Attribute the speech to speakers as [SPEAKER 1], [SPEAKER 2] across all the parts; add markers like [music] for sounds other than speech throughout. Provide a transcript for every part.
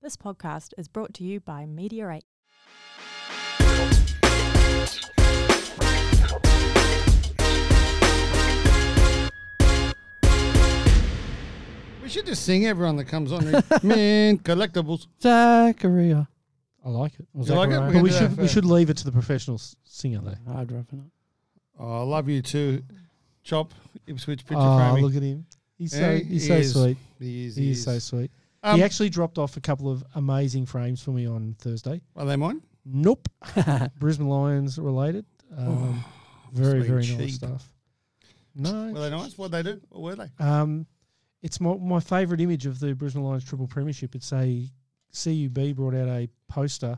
[SPEAKER 1] This podcast is brought to you by Meteorate.
[SPEAKER 2] We should just sing everyone that comes on. here.
[SPEAKER 3] [laughs]
[SPEAKER 2] Man, collectibles.
[SPEAKER 3] Zachariah. I like it.
[SPEAKER 2] You like it?
[SPEAKER 3] Zachariah.
[SPEAKER 2] We
[SPEAKER 3] But
[SPEAKER 2] can
[SPEAKER 3] we
[SPEAKER 2] do that
[SPEAKER 3] should we
[SPEAKER 2] first.
[SPEAKER 3] should leave it to the professional s- singer though. Hard dropping it.
[SPEAKER 2] Oh, I love you too. Chop, Ipswich picture
[SPEAKER 3] Oh,
[SPEAKER 2] framing.
[SPEAKER 3] look at him. He's so
[SPEAKER 2] Yeah,
[SPEAKER 3] he's
[SPEAKER 2] he
[SPEAKER 3] so
[SPEAKER 2] is.
[SPEAKER 3] sweet.
[SPEAKER 2] He is,
[SPEAKER 3] He is so sweet.
[SPEAKER 2] Um,
[SPEAKER 3] he actually dropped off a couple of amazing frames for me on Thursday.
[SPEAKER 2] Are they mine?
[SPEAKER 3] Nope. [laughs] Brisbane Lions related.
[SPEAKER 2] Oh,
[SPEAKER 3] Um, very
[SPEAKER 2] being
[SPEAKER 3] very
[SPEAKER 2] cheap.
[SPEAKER 3] nice stuff. No.
[SPEAKER 2] Were they nice? What they do? What were they?
[SPEAKER 3] Um, it's my, my favourite image of the Brisbane Lions Triple Premiership. It's a CUB brought out a poster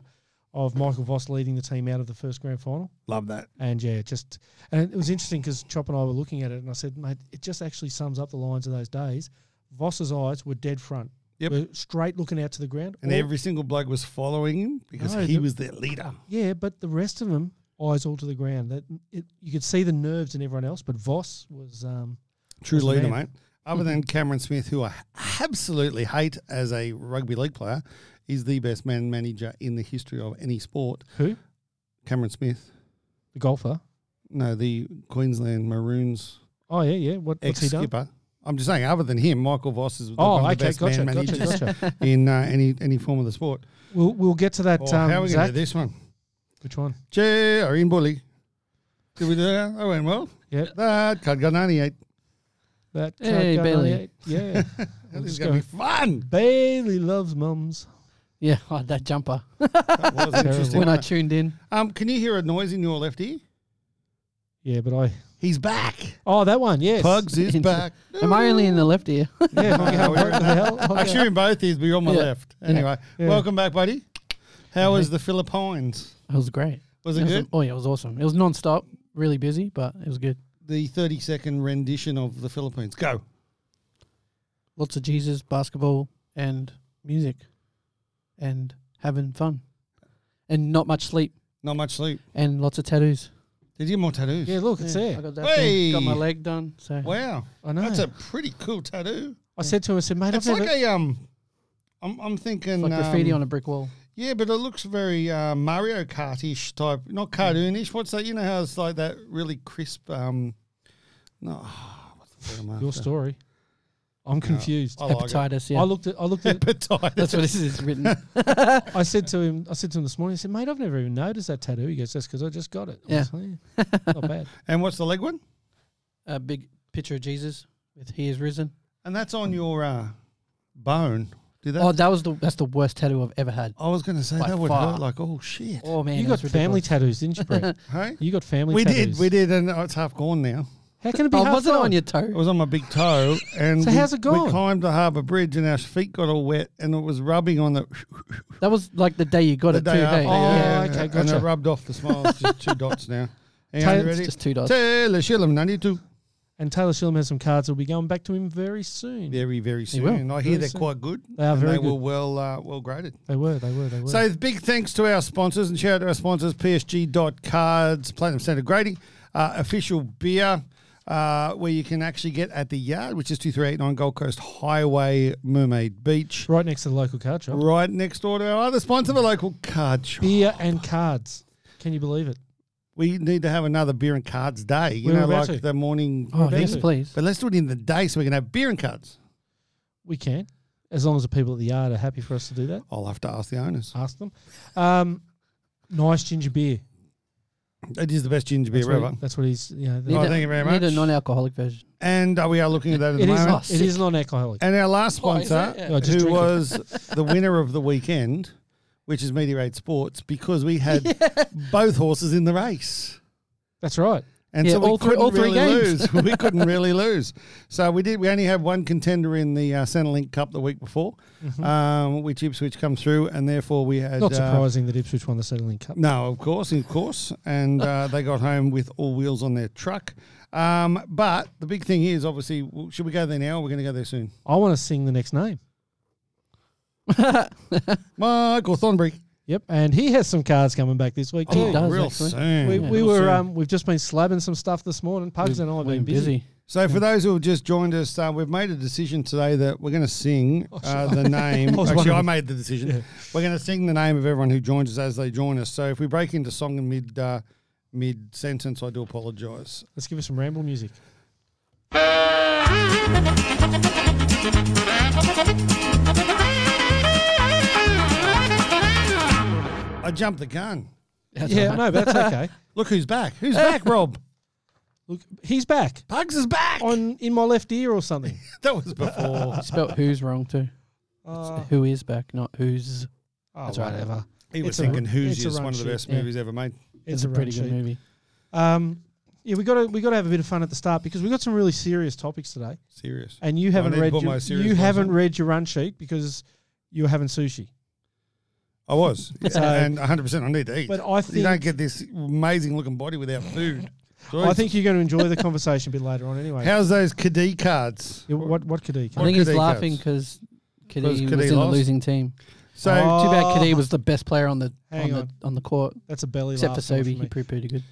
[SPEAKER 3] of Michael Voss leading the team out of the first grand final.
[SPEAKER 2] Love that.
[SPEAKER 3] And yeah, just and it was interesting because Chop and I were looking at it, and I said, "Mate, it just actually sums up the lines of those days." Voss's eyes were dead front,
[SPEAKER 2] Yep.
[SPEAKER 3] were straight looking out to the ground.
[SPEAKER 2] And
[SPEAKER 3] All-
[SPEAKER 2] every single bloke was following him because
[SPEAKER 3] No,
[SPEAKER 2] he
[SPEAKER 3] the-
[SPEAKER 2] was their leader.
[SPEAKER 3] yeah, but the rest of them eyes all to the ground. That it, you could see the nerves in everyone else, but Voss was um,
[SPEAKER 2] True
[SPEAKER 3] was the
[SPEAKER 2] leader, mate.
[SPEAKER 3] man.
[SPEAKER 2] Other than Cameron Smith, who I absolutely hate as a rugby league player, is the best man manager in the history of any sport.
[SPEAKER 3] who
[SPEAKER 2] Cameron Smith.
[SPEAKER 3] the golfer.
[SPEAKER 2] No, the Queensland Maroons
[SPEAKER 3] Oh yeah, yeah. What, what's
[SPEAKER 2] ex
[SPEAKER 3] he done?
[SPEAKER 2] skipper. I'm just saying, other than him, Michael Voss is
[SPEAKER 3] Oh,
[SPEAKER 2] one
[SPEAKER 3] okay,
[SPEAKER 2] of the best
[SPEAKER 3] gotcha,
[SPEAKER 2] man
[SPEAKER 3] gotcha,
[SPEAKER 2] managers
[SPEAKER 3] gotcha.
[SPEAKER 2] in uh, any any form of the sport.
[SPEAKER 3] We'll we'll get to that.
[SPEAKER 2] Oh,
[SPEAKER 3] um,
[SPEAKER 2] how are we going
[SPEAKER 3] Zach.
[SPEAKER 2] to do this one?
[SPEAKER 3] Which one?
[SPEAKER 2] Jerry in Bully. Did we do that? That went well.
[SPEAKER 3] Yeah,
[SPEAKER 2] That card got 98.
[SPEAKER 3] that.
[SPEAKER 4] Hey,
[SPEAKER 3] Card
[SPEAKER 4] Bailey.
[SPEAKER 3] 98. Yeah, We'll
[SPEAKER 2] This is
[SPEAKER 3] just
[SPEAKER 2] going
[SPEAKER 3] go-
[SPEAKER 2] to be
[SPEAKER 3] [laughs]
[SPEAKER 2] fun.
[SPEAKER 3] Bailey loves mums.
[SPEAKER 4] Yeah, [laughs] I had that jumper
[SPEAKER 2] That was interesting.
[SPEAKER 4] when I
[SPEAKER 2] wasn't
[SPEAKER 4] tuned in.
[SPEAKER 2] it? um, can you hear a noise in your left ear?
[SPEAKER 3] Yeah, but I.
[SPEAKER 2] He's back.
[SPEAKER 3] Oh, that one. Yes.
[SPEAKER 2] Pugs is back.
[SPEAKER 4] Am I only in the left ear?
[SPEAKER 2] [laughs]
[SPEAKER 3] Yeah. fucking hell,
[SPEAKER 2] we're
[SPEAKER 3] what the hell? Okay.
[SPEAKER 2] Actually, in both ears, but you're on my
[SPEAKER 4] Yeah.
[SPEAKER 2] left. Anyway,
[SPEAKER 3] Yeah.
[SPEAKER 2] welcome back, buddy. How was the Philippines?
[SPEAKER 4] It was great.
[SPEAKER 2] Was it
[SPEAKER 4] was-
[SPEAKER 2] good?
[SPEAKER 4] oh yeah, it was awesome. It was non-stop, really busy, but it was good.
[SPEAKER 2] The 30 second rendition of the Philippines. Go.
[SPEAKER 4] Lots of Jesus, basketball, and music, and having fun, and not much sleep,
[SPEAKER 2] Not much sleep.
[SPEAKER 4] and lots of tattoos.
[SPEAKER 2] Did you get more tattoos?
[SPEAKER 3] Yeah. Look, it's
[SPEAKER 4] Yeah,
[SPEAKER 3] there.
[SPEAKER 4] I got that. thing, Got my
[SPEAKER 2] Hey!
[SPEAKER 4] leg done. So
[SPEAKER 2] Wow.
[SPEAKER 3] I know.
[SPEAKER 2] That's a pretty cool tattoo.
[SPEAKER 3] I said to him, I said, mate,
[SPEAKER 2] It's
[SPEAKER 3] I've
[SPEAKER 2] like
[SPEAKER 3] never.
[SPEAKER 2] a um, I'm I'm thinking
[SPEAKER 4] it's like graffiti
[SPEAKER 2] um,
[SPEAKER 4] on a brick wall.
[SPEAKER 2] Yeah, but it looks very uh, Mario Kart-ish type, not cartoonish. What's that? You know how it's like that really crisp. Um, no, [sighs] what's the word I'm after?
[SPEAKER 3] Your story. I'm confused.
[SPEAKER 2] I like it.
[SPEAKER 4] Hepatitis. Yeah,
[SPEAKER 3] I looked at. I
[SPEAKER 2] [laughs]
[SPEAKER 3] looked at.
[SPEAKER 2] Hepatitis.
[SPEAKER 4] that's what it is. It's
[SPEAKER 2] [laughs]
[SPEAKER 4] written.
[SPEAKER 3] I said to him. I said to him this morning. I said, "Mate, I've never even noticed that tattoo." He goes, "That's because I just got it." I
[SPEAKER 4] Yeah.
[SPEAKER 3] was like, yeah.
[SPEAKER 4] [laughs]
[SPEAKER 3] Not bad.
[SPEAKER 2] And what's the leg one?
[SPEAKER 4] a big picture of Jesus with He is risen.
[SPEAKER 2] And that's on your uh, bone. Do that?
[SPEAKER 4] Oh, that was the that's the worst tattoo I've ever had.
[SPEAKER 2] I was going to say
[SPEAKER 4] by
[SPEAKER 2] that would
[SPEAKER 4] far.
[SPEAKER 2] hurt. Like, oh shit.
[SPEAKER 4] Oh man,
[SPEAKER 3] you
[SPEAKER 4] it
[SPEAKER 3] got
[SPEAKER 4] was
[SPEAKER 3] family
[SPEAKER 4] ridiculous.
[SPEAKER 3] tattoos, didn't you,
[SPEAKER 4] [laughs]
[SPEAKER 3] Brett?
[SPEAKER 2] Hey,
[SPEAKER 3] You got family
[SPEAKER 2] we
[SPEAKER 3] tattoos.
[SPEAKER 2] did, we did, and oh, it's half gone now.
[SPEAKER 3] How can it be
[SPEAKER 4] Oh,
[SPEAKER 3] half
[SPEAKER 4] wasn't it
[SPEAKER 3] gone?
[SPEAKER 4] on your
[SPEAKER 2] It
[SPEAKER 4] toe?
[SPEAKER 2] was on my big toe, and
[SPEAKER 3] So
[SPEAKER 2] we,
[SPEAKER 3] how's it
[SPEAKER 2] We
[SPEAKER 3] gone?
[SPEAKER 2] climbed the harbour bridge, and our feet got all wet, and it was rubbing on the
[SPEAKER 4] That was like the day you got
[SPEAKER 2] the
[SPEAKER 4] it
[SPEAKER 2] day
[SPEAKER 4] too.
[SPEAKER 2] after.
[SPEAKER 4] Hey?
[SPEAKER 3] Oh,
[SPEAKER 2] yeah,
[SPEAKER 3] okay,
[SPEAKER 2] And it
[SPEAKER 3] gotcha.
[SPEAKER 2] rubbed off the smile.
[SPEAKER 3] [laughs]
[SPEAKER 2] It's just two dots now. Hang on,
[SPEAKER 3] Taylor-
[SPEAKER 2] you
[SPEAKER 4] It's
[SPEAKER 2] ready?
[SPEAKER 4] just two dots.
[SPEAKER 2] Taylor Shillam, 92.
[SPEAKER 3] And Taylor Shillam has some cards. that will be going back to him very soon.
[SPEAKER 2] Very, very soon.
[SPEAKER 3] will.
[SPEAKER 2] I hear
[SPEAKER 3] Very
[SPEAKER 2] they're
[SPEAKER 3] soon.
[SPEAKER 2] quite good.
[SPEAKER 3] They are
[SPEAKER 2] and
[SPEAKER 3] very
[SPEAKER 2] they were
[SPEAKER 3] good.
[SPEAKER 2] well, uh, well graded.
[SPEAKER 3] They were. They were. They were.
[SPEAKER 2] So big thanks to our sponsors and shout out to our sponsors, PSG.cards, Platinum Standard Grading, uh, official beer, uh, where you can actually get at the yard, which is 2389 Gold Coast Highway, Mermaid Beach.
[SPEAKER 3] right next to the local card shop.
[SPEAKER 2] Right next door to our other sponsor, the local card shop.
[SPEAKER 3] Beer and cards. Can you believe it?
[SPEAKER 2] We need to have another beer and cards day. You
[SPEAKER 3] We were
[SPEAKER 2] know,
[SPEAKER 3] about
[SPEAKER 2] like
[SPEAKER 3] to.
[SPEAKER 2] the morning.
[SPEAKER 4] Oh,
[SPEAKER 3] Thank
[SPEAKER 4] yes,
[SPEAKER 3] you.
[SPEAKER 4] please.
[SPEAKER 2] But let's do it in the day so we can have beer and cards.
[SPEAKER 3] We can, as long as the people at the yard are happy for us to do that.
[SPEAKER 2] I'll have to ask the owners.
[SPEAKER 3] Ask them. Um, nice ginger beer.
[SPEAKER 2] It is the best ginger beer
[SPEAKER 3] That's what,
[SPEAKER 2] ever.
[SPEAKER 3] that's what he's. You know, the-
[SPEAKER 4] Need
[SPEAKER 2] Oh,
[SPEAKER 4] a-
[SPEAKER 2] thank you very
[SPEAKER 4] Need a
[SPEAKER 2] much.
[SPEAKER 4] non-alcoholic version.
[SPEAKER 2] And uh, we are looking at that at
[SPEAKER 3] it
[SPEAKER 2] the
[SPEAKER 3] is.
[SPEAKER 2] moment.
[SPEAKER 3] it is non-alcoholic.
[SPEAKER 2] And our last
[SPEAKER 4] Oh, is
[SPEAKER 2] sponsor,
[SPEAKER 4] it? Yeah.
[SPEAKER 3] No, just
[SPEAKER 2] who
[SPEAKER 3] drink it.
[SPEAKER 2] was the winner of the weekend, which is Meteorate Sports, because we had both horses in the race.
[SPEAKER 3] That's right.
[SPEAKER 2] And
[SPEAKER 4] Yeah,
[SPEAKER 2] so we
[SPEAKER 4] all three-
[SPEAKER 2] couldn't
[SPEAKER 4] all three
[SPEAKER 2] really
[SPEAKER 4] games.
[SPEAKER 2] lose. [laughs] we
[SPEAKER 4] [laughs]
[SPEAKER 2] couldn't really lose. So we did. We only had one contender in the uh, Centrelink Cup the week before,
[SPEAKER 4] Mm-hmm.
[SPEAKER 2] um, which Ipswich come through, and therefore we had
[SPEAKER 3] Not
[SPEAKER 2] uh,
[SPEAKER 3] surprising that Ipswich won the Settling Cup.
[SPEAKER 2] No, of course, of course. And uh, they got home with all wheels on their truck. Um, but the big thing is, obviously, w- should we go there now or we're going to go there soon?
[SPEAKER 3] I want to sing the next name.
[SPEAKER 2] Michael Thornbury. Oh,
[SPEAKER 3] Yep, and he has some cards coming back this week too.
[SPEAKER 4] does,
[SPEAKER 2] real
[SPEAKER 4] actually.
[SPEAKER 2] soon.
[SPEAKER 3] We,
[SPEAKER 2] Real
[SPEAKER 3] we were
[SPEAKER 4] um,
[SPEAKER 2] soon.
[SPEAKER 3] um, we've just been slabbing some stuff this morning. Pugs and I have
[SPEAKER 4] We've
[SPEAKER 3] been
[SPEAKER 4] been
[SPEAKER 3] busy.
[SPEAKER 2] So, for those who have just joined us, uh, we've made a decision today that we're going to sing
[SPEAKER 3] Oh,
[SPEAKER 2] uh,
[SPEAKER 3] sure.
[SPEAKER 2] the
[SPEAKER 3] [laughs]
[SPEAKER 2] name.
[SPEAKER 3] I was
[SPEAKER 2] actually, I
[SPEAKER 3] wondering.
[SPEAKER 2] made the decision.
[SPEAKER 3] Yeah.
[SPEAKER 2] We're going to sing the name of everyone who joins us as they join us. So, if we break into song in mid uh, mid sentence, I do apologise.
[SPEAKER 3] Let's give us some ramble music.
[SPEAKER 2] I jumped the gun.
[SPEAKER 4] That's
[SPEAKER 3] yeah,
[SPEAKER 4] all right. [laughs]
[SPEAKER 3] no, but that's okay.
[SPEAKER 2] Look who's back.
[SPEAKER 3] [laughs]
[SPEAKER 2] Who's back, Rob?
[SPEAKER 3] Look, he's back
[SPEAKER 2] Pugs is back.
[SPEAKER 3] on in my left ear or something.
[SPEAKER 2] that was
[SPEAKER 3] [laughs]
[SPEAKER 2] before.
[SPEAKER 4] Spelt who's wrong too.
[SPEAKER 3] Uh,
[SPEAKER 4] Who is back, not who's.
[SPEAKER 3] oh,
[SPEAKER 4] That's right.
[SPEAKER 3] whatever.
[SPEAKER 2] he was
[SPEAKER 3] It's a-
[SPEAKER 2] thinking Who's
[SPEAKER 3] it's a
[SPEAKER 2] is
[SPEAKER 3] run
[SPEAKER 2] one of the
[SPEAKER 3] sheet,
[SPEAKER 2] best
[SPEAKER 4] yeah.
[SPEAKER 2] movies ever made.
[SPEAKER 4] It's,
[SPEAKER 3] It's,
[SPEAKER 4] a pretty
[SPEAKER 3] run
[SPEAKER 4] good
[SPEAKER 3] sheet.
[SPEAKER 4] movie.
[SPEAKER 3] Um, yeah, we got to we got to have a bit of fun at the start because we got some really serious topics today,
[SPEAKER 2] Serious.
[SPEAKER 3] and you haven't
[SPEAKER 2] need to
[SPEAKER 3] read
[SPEAKER 2] put
[SPEAKER 3] your,
[SPEAKER 2] my serious
[SPEAKER 3] you
[SPEAKER 2] voice
[SPEAKER 3] haven't
[SPEAKER 2] on.
[SPEAKER 3] read your run sheet because you were having sushi.
[SPEAKER 2] I
[SPEAKER 3] [laughs]
[SPEAKER 2] was.
[SPEAKER 3] So-
[SPEAKER 2] and 100% I need to eat.
[SPEAKER 3] But I
[SPEAKER 2] you
[SPEAKER 3] think
[SPEAKER 2] don't get this amazing looking body without food.
[SPEAKER 3] I think you're going to enjoy
[SPEAKER 2] [laughs]
[SPEAKER 3] the conversation a bit later on anyway.
[SPEAKER 2] How's those KD cards?
[SPEAKER 3] Yeah, what what could he?
[SPEAKER 4] I
[SPEAKER 2] What
[SPEAKER 4] think he's
[SPEAKER 2] Kadee
[SPEAKER 4] laughing
[SPEAKER 2] goes?
[SPEAKER 4] because
[SPEAKER 2] Because
[SPEAKER 4] Kadee was
[SPEAKER 2] Kadee
[SPEAKER 4] in the
[SPEAKER 2] lost.
[SPEAKER 4] losing team.
[SPEAKER 2] So
[SPEAKER 3] Oh.
[SPEAKER 4] Too bad
[SPEAKER 3] Oh.
[SPEAKER 4] Kadee was the best player on the on
[SPEAKER 3] Hang
[SPEAKER 4] the
[SPEAKER 3] on.
[SPEAKER 4] on the court,
[SPEAKER 3] That's a belly
[SPEAKER 4] except
[SPEAKER 3] laugh.
[SPEAKER 4] for
[SPEAKER 3] one
[SPEAKER 4] Sobey. He
[SPEAKER 3] me.
[SPEAKER 4] pretty pretty good.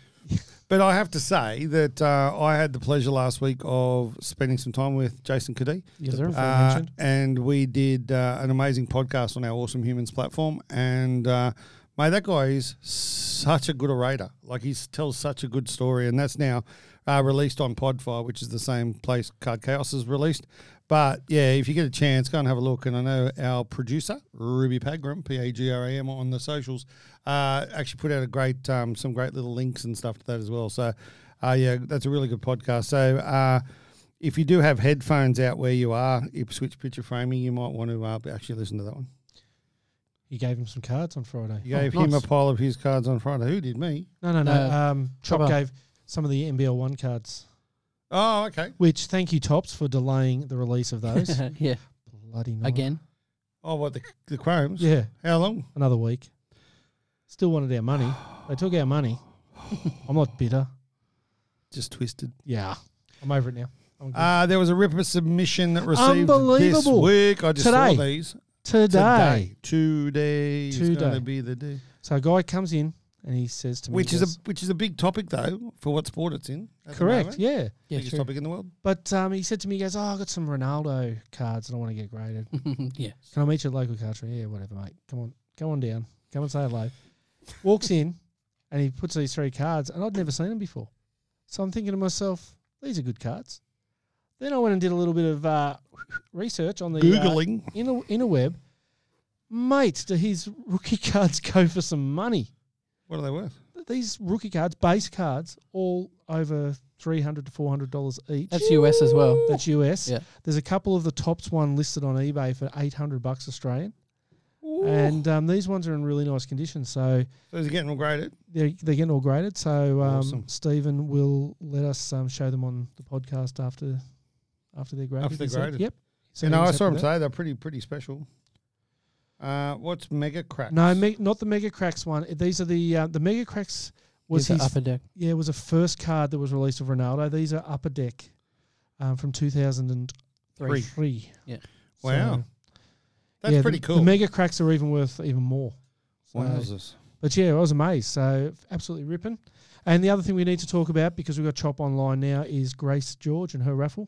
[SPEAKER 2] But I have to say that uh, I had the pleasure last week of spending some time with Jason Kadee.
[SPEAKER 4] Yes,
[SPEAKER 3] The
[SPEAKER 4] sir. [laughs]
[SPEAKER 3] perform-
[SPEAKER 2] Uh,
[SPEAKER 3] mentioned.
[SPEAKER 2] and we did uh, an amazing podcast on our Awesome Humans platform. And, uh, mate, that guy is such a good orator. Like, he s- tells such a good story. And that's now uh, released on Podfire, which is the same place Card Chaos is released. But, yeah, if you get a chance, go and have a look. And I know our producer, Ruby Pagram, P A G R A M, on the socials, uh, actually put out a great, um, some great little links and stuff to that as well. So, uh, yeah, that's a really good podcast. So, uh, if you do have headphones out where you are, Ipswich picture framing, you might want to uh, actually listen to that one.
[SPEAKER 3] You gave him some cards on Friday.
[SPEAKER 2] You gave
[SPEAKER 4] Oh,
[SPEAKER 2] him a
[SPEAKER 4] nice.
[SPEAKER 2] pile of his cards on Friday. Who did me?
[SPEAKER 3] No, no, no.
[SPEAKER 4] No,
[SPEAKER 3] um, Chop
[SPEAKER 4] Chopper.
[SPEAKER 3] gave some of the NBL one cards,
[SPEAKER 2] Oh, okay.
[SPEAKER 3] which thank you Tops for delaying the release of
[SPEAKER 4] [laughs]
[SPEAKER 3] those.
[SPEAKER 4] yeah,
[SPEAKER 3] Bloody night.
[SPEAKER 4] again.
[SPEAKER 2] Oh, what the the chromes?
[SPEAKER 3] Yeah,
[SPEAKER 2] How long?
[SPEAKER 3] another week. Still wanted our money. They took our
[SPEAKER 2] [sighs]
[SPEAKER 3] money. I'm not bitter.
[SPEAKER 2] Just twisted.
[SPEAKER 3] Yeah, I'm over it now. I'm good.
[SPEAKER 2] Uh, there was a ripper submission that received this
[SPEAKER 3] Unbelievable.
[SPEAKER 2] week. I just saw
[SPEAKER 3] Today.
[SPEAKER 2] these today.
[SPEAKER 3] today.
[SPEAKER 2] Today is
[SPEAKER 3] Today.
[SPEAKER 2] going to be the day,
[SPEAKER 3] So a guy comes in and he says to me,
[SPEAKER 2] which
[SPEAKER 3] he
[SPEAKER 2] is a
[SPEAKER 3] goes,
[SPEAKER 2] which is a big topic though for what sport it's in. at the
[SPEAKER 3] correct,
[SPEAKER 2] moment.
[SPEAKER 3] yeah.
[SPEAKER 4] Yeah,
[SPEAKER 2] Biggest
[SPEAKER 4] true.
[SPEAKER 2] topic in the world.
[SPEAKER 3] But um, he said to me, he goes, "Oh, I got some Ronaldo cards and I want to get graded.
[SPEAKER 4] [laughs] yeah.
[SPEAKER 3] Can I meet you at local card trade? Yeah, whatever, mate. Come on, come on down. Come and say
[SPEAKER 2] [laughs]
[SPEAKER 3] hello." Walks in, and he puts these three cards, and I'd never seen them before. So I'm thinking to myself, "These are good cards." Then I went and did a little bit of uh, research on the uh,
[SPEAKER 2] Googling.
[SPEAKER 3] inner inner web. Mate, do his rookie [laughs] cards go for some money?
[SPEAKER 2] What are they worth?
[SPEAKER 3] These rookie cards, base cards, all over three hundred to four hundred dollars each.
[SPEAKER 4] That's US as well.
[SPEAKER 3] That's US.
[SPEAKER 4] Yeah.
[SPEAKER 3] There's a couple of the tops one listed on eBay for 800 bucks Australian. And um, these ones are in really nice condition. So
[SPEAKER 2] So is it getting graded?
[SPEAKER 3] they're, they're getting all graded. So um,
[SPEAKER 2] Awesome.
[SPEAKER 3] Stephen will let us um, show them on the podcast after after they're graded.
[SPEAKER 2] After they're
[SPEAKER 3] he said.
[SPEAKER 2] graded.
[SPEAKER 3] Yep. So
[SPEAKER 2] you know,
[SPEAKER 3] he
[SPEAKER 2] I
[SPEAKER 3] was
[SPEAKER 2] saw
[SPEAKER 3] happy
[SPEAKER 2] him
[SPEAKER 3] with that.
[SPEAKER 2] today. They're pretty, pretty special. Uh, what's Mega Crack?
[SPEAKER 3] No, me, not the Mega Cracks one. These are the uh, the Mega Cracks was
[SPEAKER 4] Was
[SPEAKER 3] his
[SPEAKER 4] upper deck?
[SPEAKER 3] yeah it was a first card that was released of Ronaldo. These are Upper Deck um, from 2003.
[SPEAKER 4] Yeah.
[SPEAKER 2] Wow.
[SPEAKER 3] So-
[SPEAKER 2] that's
[SPEAKER 3] Yeah,
[SPEAKER 2] pretty
[SPEAKER 3] the,
[SPEAKER 2] cool.
[SPEAKER 3] The mega cracks are even worth even more. So-
[SPEAKER 2] Wowzers.
[SPEAKER 3] But yeah, I was amazed. So absolutely ripping. And the other thing we need to talk about because we've got Chop online now is Grace George and her raffle.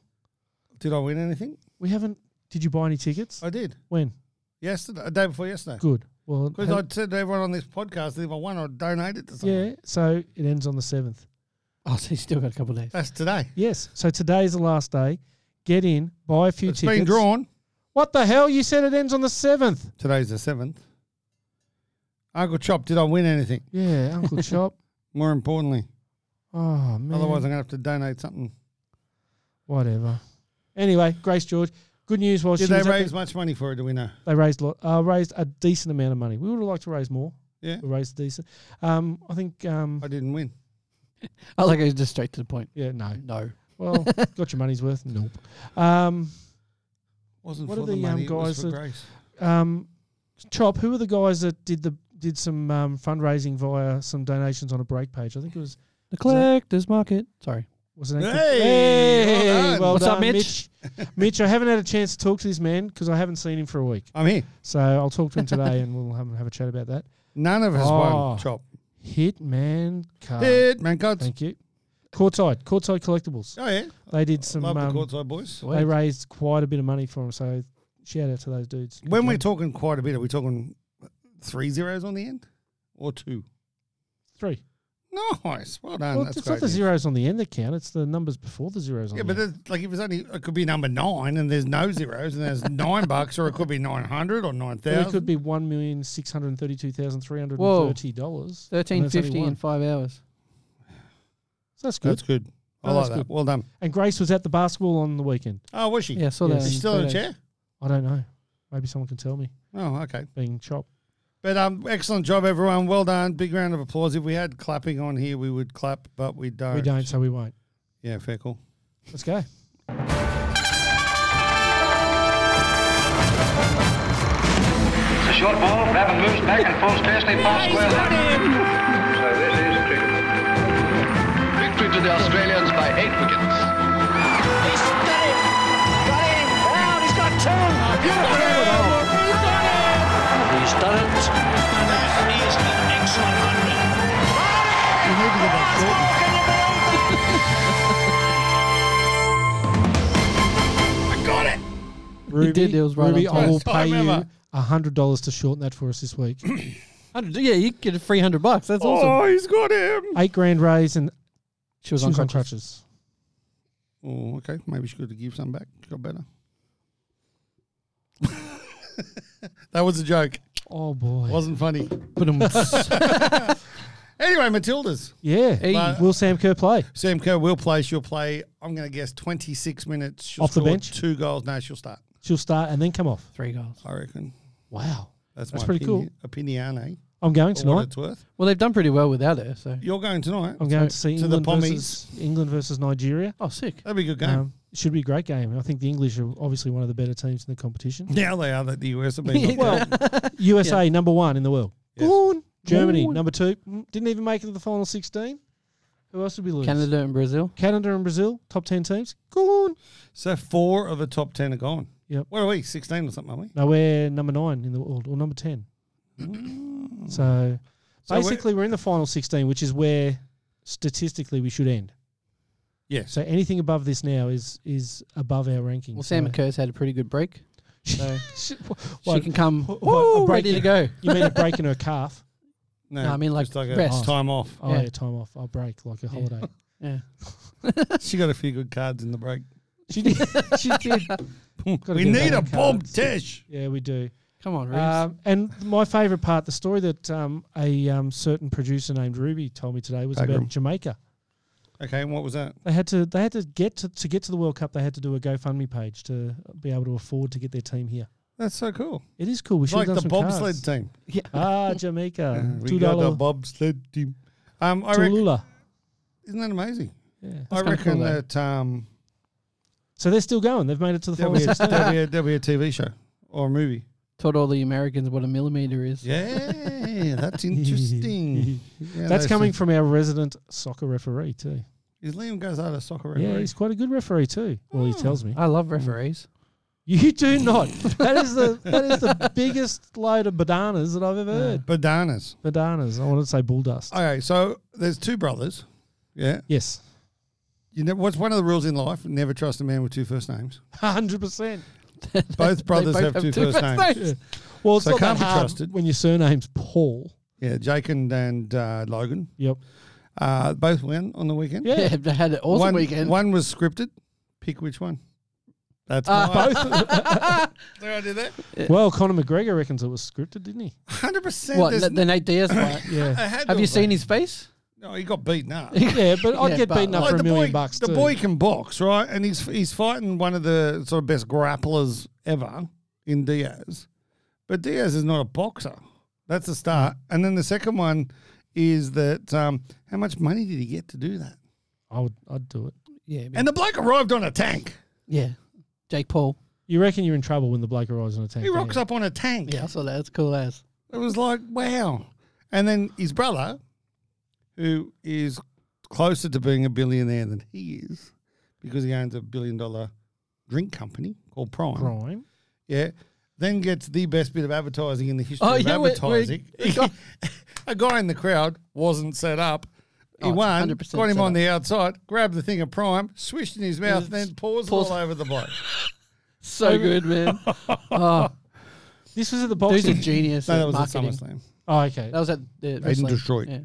[SPEAKER 2] Did I win anything?
[SPEAKER 3] We haven't. Did you buy any tickets?
[SPEAKER 2] I did.
[SPEAKER 3] when?
[SPEAKER 2] Yesterday, a day before yesterday.
[SPEAKER 3] Good. Well,
[SPEAKER 2] Because
[SPEAKER 3] have-
[SPEAKER 2] I said to everyone on this podcast that if I won, I'd donate it to someone.
[SPEAKER 3] yeah. So it ends on the seventh.
[SPEAKER 4] Oh, so he's still got a couple of days.
[SPEAKER 2] That's today.
[SPEAKER 3] Yes. So today's the last day. Get in, buy a few
[SPEAKER 2] It's
[SPEAKER 3] tickets.
[SPEAKER 2] been drawn.
[SPEAKER 3] What the hell? You said it ends on the seventh.
[SPEAKER 2] Today's the 7th. Uncle Chop, did I win anything?
[SPEAKER 3] Yeah, Uncle [laughs] Chop.
[SPEAKER 2] More importantly,
[SPEAKER 3] Oh man.
[SPEAKER 2] otherwise I'm going to have to donate something.
[SPEAKER 3] whatever. Anyway, Grace George. Good news was
[SPEAKER 2] Did
[SPEAKER 3] she
[SPEAKER 2] they
[SPEAKER 3] was at the-
[SPEAKER 2] raise much money for it? Do we know?
[SPEAKER 3] They raised lot, uh, raised a decent amount of money. We would have liked to raise more.
[SPEAKER 2] Yeah.
[SPEAKER 3] we raised decent. Um, I think. Um,
[SPEAKER 2] I didn't win.
[SPEAKER 4] I like it just straight to the point.
[SPEAKER 3] yeah, no.
[SPEAKER 4] No.
[SPEAKER 2] [laughs]
[SPEAKER 3] Well, got your money's worth. Nope. Um,
[SPEAKER 2] Wasn't
[SPEAKER 3] What
[SPEAKER 2] for
[SPEAKER 3] are
[SPEAKER 2] the
[SPEAKER 3] the, um,
[SPEAKER 2] money. it was
[SPEAKER 3] guys
[SPEAKER 2] for
[SPEAKER 3] that-
[SPEAKER 2] grace.
[SPEAKER 3] um, Chop. Who were the guys that did the did some um, fundraising via some donations on a break page? I think it was
[SPEAKER 4] The collector's market. Sorry.
[SPEAKER 3] was it. Anchor-
[SPEAKER 2] Hey, well done.
[SPEAKER 3] well
[SPEAKER 4] What's up,
[SPEAKER 3] done,
[SPEAKER 4] Mitch?
[SPEAKER 3] Mitch? Mitch, I haven't had a chance to talk to this man because I haven't seen him for a week.
[SPEAKER 2] I'm here.
[SPEAKER 3] So I'll talk to him today and we'll have, have a chat about that.
[SPEAKER 2] None of us
[SPEAKER 3] Oh.
[SPEAKER 2] won, Chop.
[SPEAKER 3] Hitman card.
[SPEAKER 2] Hit, man, cards.
[SPEAKER 3] Um, Thank you. Courtside, Courtside Collectibles.
[SPEAKER 2] Oh yeah,
[SPEAKER 3] They did some.
[SPEAKER 2] love the
[SPEAKER 3] um,
[SPEAKER 2] courtside boys.
[SPEAKER 3] they raised quite a bit of money for them. So shout out to those dudes. Good
[SPEAKER 2] When
[SPEAKER 3] job.
[SPEAKER 2] we're talking quite a bit, are we talking three zeros on the end or two?
[SPEAKER 3] three,
[SPEAKER 2] Nice, well done.
[SPEAKER 3] well,
[SPEAKER 2] That's
[SPEAKER 3] it's
[SPEAKER 2] great
[SPEAKER 3] not the
[SPEAKER 2] news.
[SPEAKER 3] zeros on the end that count. It's the numbers before the zeros on.
[SPEAKER 2] Yeah,
[SPEAKER 3] the
[SPEAKER 2] but
[SPEAKER 3] end.
[SPEAKER 2] there's- like if it's only it could be number nine and there's no zeros and there's
[SPEAKER 3] [laughs]
[SPEAKER 2] nine bucks or it could be nine hundred or nine
[SPEAKER 3] But it
[SPEAKER 2] thousand.
[SPEAKER 3] could be one million six hundred thirty-two thousand three hundred and thirty dollars.
[SPEAKER 4] Thirteen fifty
[SPEAKER 3] one.
[SPEAKER 4] in five hours.
[SPEAKER 3] So that's good.
[SPEAKER 2] That's good. I
[SPEAKER 3] No,
[SPEAKER 2] like
[SPEAKER 3] that's
[SPEAKER 2] that.
[SPEAKER 3] good.
[SPEAKER 2] Well done.
[SPEAKER 3] and Grace was at the basketball on the weekend.
[SPEAKER 2] Oh, was she?
[SPEAKER 4] Yeah, I saw
[SPEAKER 3] Yeah.
[SPEAKER 4] that.
[SPEAKER 2] Is she
[SPEAKER 4] in
[SPEAKER 2] still in a
[SPEAKER 4] photos.
[SPEAKER 2] chair?
[SPEAKER 3] I don't know. Maybe someone can tell me.
[SPEAKER 2] Oh, okay.
[SPEAKER 3] Being chopped.
[SPEAKER 2] But um, excellent job, everyone. Well done. Big round of applause. If we had clapping on here, we would clap, but we don't.
[SPEAKER 3] We don't, so we won't.
[SPEAKER 2] Yeah, fair call.
[SPEAKER 3] Let's go.
[SPEAKER 5] It's a short ball. Rabbit moves back and full scarcely past square leg. So this is cricket. Victory to the Australians by eight wickets. He's done it.
[SPEAKER 3] Ruby,
[SPEAKER 4] did, it was right
[SPEAKER 3] Ruby
[SPEAKER 4] on time.
[SPEAKER 3] I will
[SPEAKER 2] First time
[SPEAKER 3] pay you
[SPEAKER 2] ever.
[SPEAKER 3] hundred dollars to shorten that for us this week.
[SPEAKER 4] Hundred- Yeah, you get three hundred bucks. That's awesome.
[SPEAKER 2] Oh, he's got him.
[SPEAKER 3] Eight grand raised and
[SPEAKER 4] She
[SPEAKER 3] she was on crutches.
[SPEAKER 2] Oh, okay. Maybe she could have give some back. Got better. [laughs] that was a joke.
[SPEAKER 3] Oh boy.
[SPEAKER 2] Wasn't funny.
[SPEAKER 3] [laughs]
[SPEAKER 4] crutches.
[SPEAKER 2] Anyway, Matildas.
[SPEAKER 3] yeah.
[SPEAKER 4] Hey. But-
[SPEAKER 3] Will Sam Kerr play?
[SPEAKER 2] Sam Kerr will play. She'll play. I'm going to guess 26 minutes. She'll
[SPEAKER 3] Off the
[SPEAKER 2] score
[SPEAKER 3] bench?
[SPEAKER 2] Two goals. No, she'll start.
[SPEAKER 3] She'll start and then come off.
[SPEAKER 4] Three goals.
[SPEAKER 2] I reckon.
[SPEAKER 3] Wow.
[SPEAKER 2] That's,
[SPEAKER 3] That's
[SPEAKER 2] my
[SPEAKER 3] pretty cool.
[SPEAKER 2] opinion, Opinion, eh?
[SPEAKER 3] I'm going
[SPEAKER 2] For what
[SPEAKER 3] tonight.
[SPEAKER 2] it's worth.
[SPEAKER 4] Well, they've done pretty well without her. So
[SPEAKER 2] You're going tonight.
[SPEAKER 3] I'm going to see
[SPEAKER 2] to the
[SPEAKER 3] England
[SPEAKER 2] Pommies.
[SPEAKER 3] versus England versus Nigeria.
[SPEAKER 4] oh, sick.
[SPEAKER 2] That'd be a good game.
[SPEAKER 3] Um, it should be a great game. I think the English are obviously one of the better teams in the competition.
[SPEAKER 2] now they are that the US
[SPEAKER 3] [laughs]
[SPEAKER 2] have been. well,
[SPEAKER 3] Well, USA number one in the world.
[SPEAKER 2] Yes.
[SPEAKER 3] Gone. Germany
[SPEAKER 4] Gone.
[SPEAKER 3] number two. Mm, Didn't even make it to the final sixteen. Who else did we lose?
[SPEAKER 4] Canada and Brazil.
[SPEAKER 3] Canada and Brazil, top ten teams. Gone.
[SPEAKER 2] so four of the top 10 are gone.
[SPEAKER 3] Yep.
[SPEAKER 2] What are we? 16 or something, are we?
[SPEAKER 3] No, we're number nine in the world or number ten. so,
[SPEAKER 2] So we're-
[SPEAKER 3] basically, we're in the final sixteen, which is where statistically we should end.
[SPEAKER 2] Yes.
[SPEAKER 3] So anything above this now is is above our ranking.
[SPEAKER 4] Well, Sam
[SPEAKER 3] so-
[SPEAKER 4] Kerr's had a pretty good break.
[SPEAKER 3] [laughs]
[SPEAKER 4] [laughs] So
[SPEAKER 3] What,
[SPEAKER 4] she can come
[SPEAKER 3] what, a
[SPEAKER 4] Woo, ready to
[SPEAKER 3] break-
[SPEAKER 4] go.
[SPEAKER 3] You mean a break in her calf?
[SPEAKER 4] No, I mean, like,
[SPEAKER 2] just like a
[SPEAKER 4] rest.
[SPEAKER 2] time off. [laughs]
[SPEAKER 3] Oh,
[SPEAKER 4] Yeah.
[SPEAKER 3] yeah, time off. I'll break like a holiday.
[SPEAKER 4] Yeah.
[SPEAKER 2] She got a few good cards in the break.
[SPEAKER 3] She did. she did.
[SPEAKER 2] we
[SPEAKER 3] get
[SPEAKER 2] need
[SPEAKER 3] better
[SPEAKER 2] a Bob
[SPEAKER 3] cards.
[SPEAKER 2] Tesh.
[SPEAKER 3] Yeah, we do.
[SPEAKER 4] Come on, Reeves.
[SPEAKER 3] Um, and my favourite part, the story that um, a um, certain producer named Ruby told me today was
[SPEAKER 2] Bagram.
[SPEAKER 3] about Jamaica.
[SPEAKER 2] Okay, and what was that?
[SPEAKER 3] They had to they had to get to, to get to the World Cup. They had to do a GoFundMe page to be able to afford to get their team here.
[SPEAKER 2] That's so cool.
[SPEAKER 3] It is cool. We
[SPEAKER 2] It's
[SPEAKER 3] should
[SPEAKER 2] like
[SPEAKER 3] have
[SPEAKER 2] the
[SPEAKER 3] done some
[SPEAKER 2] bobsled
[SPEAKER 3] cards.
[SPEAKER 2] team.
[SPEAKER 4] yeah.
[SPEAKER 3] Ah,
[SPEAKER 2] [laughs]
[SPEAKER 3] Jamaica.
[SPEAKER 2] we
[SPEAKER 3] Two
[SPEAKER 2] got the
[SPEAKER 3] dollar
[SPEAKER 2] bobsled team. Um, I reckon,
[SPEAKER 3] Tulula.
[SPEAKER 2] isn't that amazing?
[SPEAKER 3] Yeah.
[SPEAKER 2] I
[SPEAKER 4] kinda
[SPEAKER 2] reckon
[SPEAKER 4] cool, though.
[SPEAKER 2] that um,
[SPEAKER 3] So they're still going. They've made it to the
[SPEAKER 2] there'll,
[SPEAKER 3] final.
[SPEAKER 2] be a,
[SPEAKER 3] six.
[SPEAKER 2] there'll, be a, there'll be a TV show or a movie.
[SPEAKER 4] Taught all the Americans what a millimeter is.
[SPEAKER 2] [laughs] Yeah, that's interesting. Yeah,
[SPEAKER 3] That's
[SPEAKER 2] those
[SPEAKER 3] coming
[SPEAKER 2] things.
[SPEAKER 3] from our resident soccer referee too.
[SPEAKER 2] Is Liam Gazard a soccer
[SPEAKER 3] Yeah,
[SPEAKER 2] referee? Hmm.
[SPEAKER 3] he's quite a good referee too. Well, he tells me.
[SPEAKER 4] I love referees.
[SPEAKER 3] You do not. That is the that
[SPEAKER 2] [laughs]
[SPEAKER 3] is the biggest load of bananas that I've ever heard.
[SPEAKER 2] Bananas.
[SPEAKER 3] Bananas. I wanted to say bull dust.
[SPEAKER 2] Okay, so there's two brothers. Yeah.
[SPEAKER 3] yes,
[SPEAKER 2] You know, what's one of the rules in life? Never trust a man with two first names.
[SPEAKER 3] [laughs] hundred percent.
[SPEAKER 2] Both brothers
[SPEAKER 4] both
[SPEAKER 2] have,
[SPEAKER 4] have
[SPEAKER 2] two
[SPEAKER 4] two
[SPEAKER 2] first
[SPEAKER 4] first
[SPEAKER 2] names.
[SPEAKER 4] names. [laughs]
[SPEAKER 3] Well, it's
[SPEAKER 2] So
[SPEAKER 3] not
[SPEAKER 2] can't
[SPEAKER 3] that
[SPEAKER 2] be
[SPEAKER 3] hard
[SPEAKER 2] trusted.
[SPEAKER 3] when your surname's Paul.
[SPEAKER 2] Yeah, Jake and, and uh, Logan.
[SPEAKER 3] Yep.
[SPEAKER 2] Uh, both win on the weekend.
[SPEAKER 4] Yeah,
[SPEAKER 2] [laughs]
[SPEAKER 4] they had an awesome
[SPEAKER 2] one,
[SPEAKER 4] weekend.
[SPEAKER 2] One was scripted. Pick which one. That's
[SPEAKER 4] Uh,
[SPEAKER 2] my,
[SPEAKER 3] Both.
[SPEAKER 2] [laughs] Did I do that?
[SPEAKER 3] well, Conor McGregor reckons it was scripted, didn't he?
[SPEAKER 2] Hundred percent.
[SPEAKER 4] What the, the Nate [coughs] Diaz fight?
[SPEAKER 2] [laughs]
[SPEAKER 3] Yeah.
[SPEAKER 4] Have you seen his face?
[SPEAKER 2] No, he got beaten up.
[SPEAKER 3] [laughs] Yeah, but I'd
[SPEAKER 4] Yeah,
[SPEAKER 3] get
[SPEAKER 4] but-
[SPEAKER 3] beaten up
[SPEAKER 2] Like,
[SPEAKER 3] for a million
[SPEAKER 2] boy,
[SPEAKER 3] bucks.
[SPEAKER 2] the
[SPEAKER 3] too.
[SPEAKER 2] boy can box, right? And he's he's fighting one of the sort of best grapplers ever in Diaz, but Diaz is not a boxer. That's the start, and then the second one is that um, how much money did he get to do that?
[SPEAKER 3] I would. I'd do it.
[SPEAKER 4] Yeah.
[SPEAKER 2] And the bloke arrived on a tank.
[SPEAKER 4] yeah. Jake Paul.
[SPEAKER 3] You reckon you're in trouble when the bloke arrives on a tank?
[SPEAKER 2] He
[SPEAKER 3] don't
[SPEAKER 2] rocks
[SPEAKER 3] you?
[SPEAKER 2] up on a tank.
[SPEAKER 4] Yeah, I saw that. That's cool as.
[SPEAKER 2] It was like, wow. And then his brother, who is closer to being a billionaire than he is, because he owns a billion dollar drink company called Prime.
[SPEAKER 3] Prime.
[SPEAKER 2] Yeah. Then gets the best bit of advertising in the history
[SPEAKER 4] Oh, [laughs]
[SPEAKER 2] of [laughs]
[SPEAKER 4] yeah, we- we-
[SPEAKER 2] advertising. a guy in the crowd wasn't set up He
[SPEAKER 4] Oh, it's
[SPEAKER 2] won,
[SPEAKER 4] 100%
[SPEAKER 2] got him
[SPEAKER 4] set
[SPEAKER 2] on
[SPEAKER 4] up.
[SPEAKER 2] the outside, grabbed the thing of prime, swished in his mouth, and then paws
[SPEAKER 4] Paws.
[SPEAKER 2] all over
[SPEAKER 4] [laughs]
[SPEAKER 2] the bike.
[SPEAKER 4] So good, [laughs] man. oh,
[SPEAKER 3] This was at the
[SPEAKER 4] dude's a
[SPEAKER 3] boxing.
[SPEAKER 4] genius.
[SPEAKER 2] No,
[SPEAKER 4] at
[SPEAKER 2] that was
[SPEAKER 4] marketing.
[SPEAKER 2] at SummerSlam.
[SPEAKER 3] oh, okay.
[SPEAKER 4] That was at the wrestling.
[SPEAKER 2] Detroit.
[SPEAKER 4] Yeah.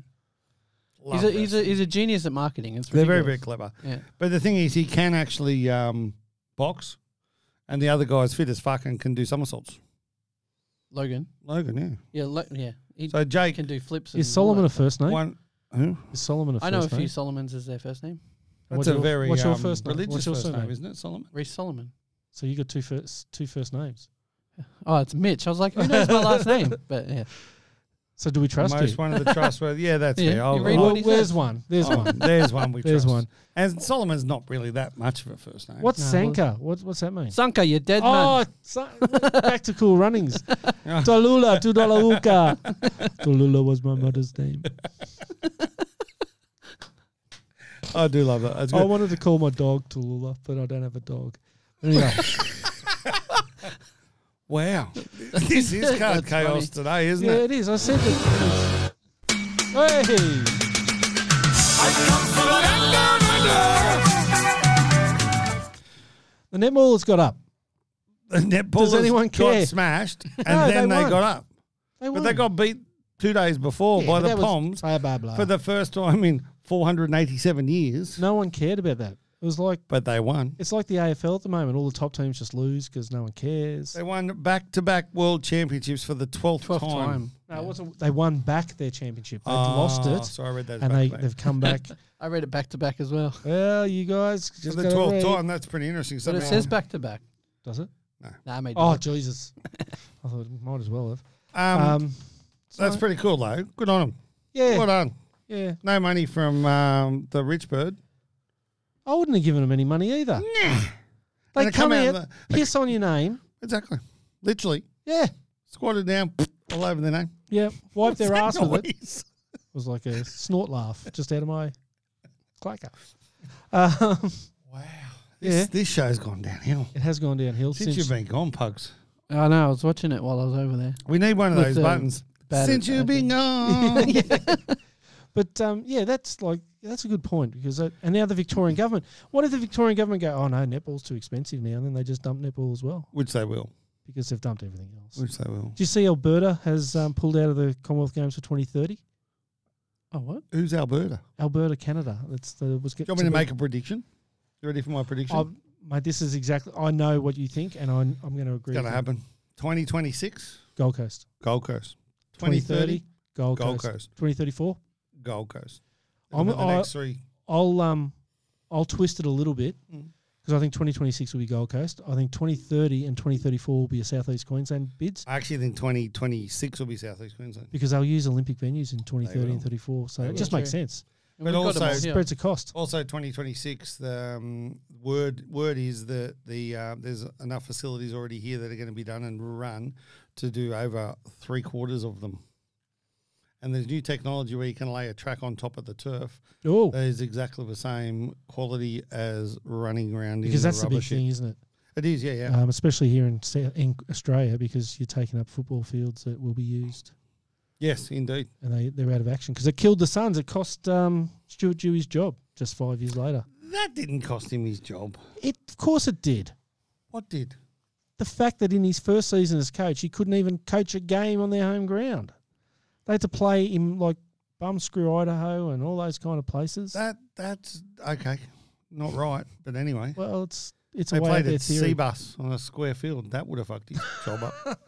[SPEAKER 2] Love
[SPEAKER 4] He's a, he's, a,
[SPEAKER 2] wrestling.
[SPEAKER 4] he's a genius at marketing. It's
[SPEAKER 2] They're very, very
[SPEAKER 4] ridiculous.
[SPEAKER 2] clever.
[SPEAKER 4] Yeah.
[SPEAKER 2] But the thing is, he can actually um, box, and the other guy's fit as fuck and can do somersaults.
[SPEAKER 4] Logan.
[SPEAKER 2] Logan, yeah.
[SPEAKER 4] Yeah, lo- yeah. He
[SPEAKER 2] So Jake,
[SPEAKER 4] can do flips.
[SPEAKER 3] Is
[SPEAKER 4] and
[SPEAKER 3] Solomon
[SPEAKER 4] all
[SPEAKER 3] a
[SPEAKER 4] that.
[SPEAKER 3] first name?
[SPEAKER 2] one. Who?
[SPEAKER 3] Is Solomon a first
[SPEAKER 4] I
[SPEAKER 3] name?
[SPEAKER 4] know a few Solomons as their first name.
[SPEAKER 2] That's
[SPEAKER 3] What's
[SPEAKER 2] a
[SPEAKER 3] your-
[SPEAKER 2] very
[SPEAKER 3] what's your
[SPEAKER 2] um,
[SPEAKER 3] first name?
[SPEAKER 2] religious
[SPEAKER 3] What's your
[SPEAKER 2] first
[SPEAKER 3] surname?
[SPEAKER 2] name, isn't it, Solomon?
[SPEAKER 4] Reese Solomon.
[SPEAKER 3] So you got two first two first names.
[SPEAKER 4] Oh, it's Mitch. I was like, who knows my last [laughs] name? But yeah,
[SPEAKER 3] So do we trust
[SPEAKER 2] Most
[SPEAKER 3] you?
[SPEAKER 2] one of the trustworthy. Yeah,
[SPEAKER 3] [laughs]
[SPEAKER 2] that's
[SPEAKER 4] Yeah,
[SPEAKER 2] me.
[SPEAKER 4] you
[SPEAKER 2] I'll,
[SPEAKER 4] read
[SPEAKER 2] I'll-
[SPEAKER 4] what
[SPEAKER 3] Well,
[SPEAKER 4] he
[SPEAKER 3] there's
[SPEAKER 4] says.
[SPEAKER 3] one. There's
[SPEAKER 2] oh,
[SPEAKER 3] [laughs]
[SPEAKER 2] [laughs]
[SPEAKER 3] one.
[SPEAKER 2] There's one we
[SPEAKER 3] There's
[SPEAKER 2] trust.
[SPEAKER 3] one.
[SPEAKER 2] And Solomon's not really that much of a first name.
[SPEAKER 3] What's
[SPEAKER 4] No, well-
[SPEAKER 3] Sanka? What, what's that mean?
[SPEAKER 4] Sanka, you're dead man.
[SPEAKER 3] Oh, Sa- back to
[SPEAKER 2] [laughs]
[SPEAKER 3] cool runnings. Tallulah, Tudolauka. Tallulah was my mother's name.
[SPEAKER 2] I do love that. That's
[SPEAKER 3] I
[SPEAKER 2] good.
[SPEAKER 3] wanted to call my dog Tallulah, but I don't have a dog. Anyway,
[SPEAKER 2] wow. this is card
[SPEAKER 4] That's
[SPEAKER 2] chaos today, isn't
[SPEAKER 3] [laughs] yeah,
[SPEAKER 2] it? [laughs]
[SPEAKER 3] it is. I said that. Hey, the netballers got up.
[SPEAKER 2] The netballers
[SPEAKER 3] anyone care?
[SPEAKER 2] got smashed and
[SPEAKER 3] [laughs] No,
[SPEAKER 2] then
[SPEAKER 3] they
[SPEAKER 2] they,
[SPEAKER 3] won.
[SPEAKER 2] got up. But they
[SPEAKER 3] won.
[SPEAKER 2] got beat two days before
[SPEAKER 3] Yeah,
[SPEAKER 2] by
[SPEAKER 3] but
[SPEAKER 2] the
[SPEAKER 3] that was-
[SPEAKER 2] Poms
[SPEAKER 3] Blah, blah, blah.
[SPEAKER 2] for the first time in 487 years.
[SPEAKER 3] no one cared about that. It was like
[SPEAKER 2] But they won.
[SPEAKER 3] it's like the AFL at the moment. All the top teams just lose because no one cares.
[SPEAKER 2] They won back to back world championships for the 12th,
[SPEAKER 4] 12th
[SPEAKER 2] time.
[SPEAKER 4] time.
[SPEAKER 3] No, it wasn't. They won back their championship. They
[SPEAKER 2] Ah,
[SPEAKER 3] lost it,
[SPEAKER 2] So I read that. back
[SPEAKER 3] and they
[SPEAKER 2] to back.
[SPEAKER 3] they've come back.
[SPEAKER 2] [laughs]
[SPEAKER 4] I read it back to back as well.
[SPEAKER 3] well, you guys
[SPEAKER 2] For
[SPEAKER 3] just
[SPEAKER 2] the
[SPEAKER 3] gotta
[SPEAKER 2] 12th
[SPEAKER 3] read.
[SPEAKER 2] time, that's pretty interesting.
[SPEAKER 4] But it
[SPEAKER 2] Somehow-
[SPEAKER 4] says back to back.
[SPEAKER 3] Does it?
[SPEAKER 4] Nah, I made
[SPEAKER 3] Oh
[SPEAKER 4] it.
[SPEAKER 3] Jesus! I thought it might as well have.
[SPEAKER 2] Um,
[SPEAKER 3] Um,
[SPEAKER 2] that's
[SPEAKER 3] so-
[SPEAKER 2] pretty cool, though. Good on them.
[SPEAKER 3] yeah,
[SPEAKER 2] Well done.
[SPEAKER 3] yeah.
[SPEAKER 2] No money from um, the rich bird. [clears throat]
[SPEAKER 3] I wouldn't have given them any money either. They
[SPEAKER 2] And they
[SPEAKER 3] come
[SPEAKER 2] come
[SPEAKER 3] out,
[SPEAKER 2] out of the-
[SPEAKER 3] piss on your name.
[SPEAKER 2] Exactly. Literally.
[SPEAKER 3] Yeah,
[SPEAKER 2] Squatted down [clears throat] all over the name.
[SPEAKER 3] yeah. Wipe their ass with it. It
[SPEAKER 2] Noise.
[SPEAKER 3] was like a snort laugh just out of my clacker. Um, [laughs]
[SPEAKER 2] Wow. This,
[SPEAKER 3] yeah,
[SPEAKER 2] this show's gone downhill.
[SPEAKER 3] it has gone downhill
[SPEAKER 2] Since
[SPEAKER 3] since.
[SPEAKER 2] you've been gone, Pugs.
[SPEAKER 4] I know. I was watching it while I was over there.
[SPEAKER 2] We need one of
[SPEAKER 4] With
[SPEAKER 2] those
[SPEAKER 4] the
[SPEAKER 2] buttons.
[SPEAKER 4] bad
[SPEAKER 2] Since you've
[SPEAKER 4] ad-
[SPEAKER 2] been gone.
[SPEAKER 3] But um, yeah, that's like that's a good point because that, and now the Victorian government. What if the Victorian government go, oh no, netball's too expensive now, and then they just dump netball as well
[SPEAKER 2] Which they will.
[SPEAKER 3] because they've dumped everything else.
[SPEAKER 2] Which they will.
[SPEAKER 3] Do you see Alberta has um, pulled out of the Commonwealth Games for 2030?
[SPEAKER 4] Oh, what?
[SPEAKER 2] Who's Alberta?
[SPEAKER 3] Alberta, Canada. That's the was.
[SPEAKER 2] Do you want me to make a prediction? You ready for my prediction?
[SPEAKER 3] I, mate, this is exactly. I know what you think, and I'm I'm going to agree.
[SPEAKER 2] it's going to
[SPEAKER 3] with
[SPEAKER 2] happen.
[SPEAKER 3] you.
[SPEAKER 2] 2026,
[SPEAKER 3] Gold Coast.
[SPEAKER 2] Gold Coast.
[SPEAKER 3] 2030.
[SPEAKER 2] 2030,
[SPEAKER 3] Gold,
[SPEAKER 2] Gold
[SPEAKER 3] Coast.
[SPEAKER 2] Coast.
[SPEAKER 3] 2034.
[SPEAKER 2] Gold Coast.
[SPEAKER 3] I'm-
[SPEAKER 2] Over the
[SPEAKER 3] I-
[SPEAKER 2] next three.
[SPEAKER 3] I'll um I'll twist it a little bit
[SPEAKER 2] Mm.
[SPEAKER 3] because I think 2026 will be Gold Coast. I think 2030 and 2034 will be a Southeast Queensland bids
[SPEAKER 2] I actually think 2026 will be Southeast Queensland.
[SPEAKER 3] because they'll use Olympic venues in 2030 and
[SPEAKER 2] will.
[SPEAKER 3] 34. So
[SPEAKER 2] They
[SPEAKER 3] it
[SPEAKER 2] will.
[SPEAKER 3] just makes sense.
[SPEAKER 4] And
[SPEAKER 2] But
[SPEAKER 4] we've got 'em
[SPEAKER 2] also-
[SPEAKER 4] all here.
[SPEAKER 3] Spreads a cost.
[SPEAKER 2] Also, 2026. The um, word word is that the uh, there's enough facilities already here that are going to be done and run to do over three quarters of them. And there's new technology where you can lay a track on top of the turf
[SPEAKER 3] Oh,
[SPEAKER 2] that is exactly the same quality as running around
[SPEAKER 3] because
[SPEAKER 2] in
[SPEAKER 3] that's
[SPEAKER 2] the
[SPEAKER 3] the big
[SPEAKER 2] rubber
[SPEAKER 3] thing,
[SPEAKER 2] sheet.
[SPEAKER 3] isn't it?
[SPEAKER 2] It is, yeah, yeah.
[SPEAKER 3] um, especially here in, Sa- in Australia, because you're taking up football fields that will be used,
[SPEAKER 2] yes, indeed.
[SPEAKER 3] and they they're out of action because it killed the Suns. It cost um, Stuart Dewey's job just five years later.
[SPEAKER 2] That didn't cost him his job.
[SPEAKER 3] It of course it did.
[SPEAKER 2] What did?
[SPEAKER 3] The fact that in his first season as coach, he couldn't even coach a game on their home ground. They had to play in like Bumscrew, Idaho, and all those kind of places.
[SPEAKER 2] That that's okay. Not right, but anyway.
[SPEAKER 3] well, it's it's
[SPEAKER 2] They
[SPEAKER 3] a way of
[SPEAKER 2] played
[SPEAKER 3] their
[SPEAKER 2] at
[SPEAKER 3] theory.
[SPEAKER 2] Seabus on a square field. That would have fucked his job up.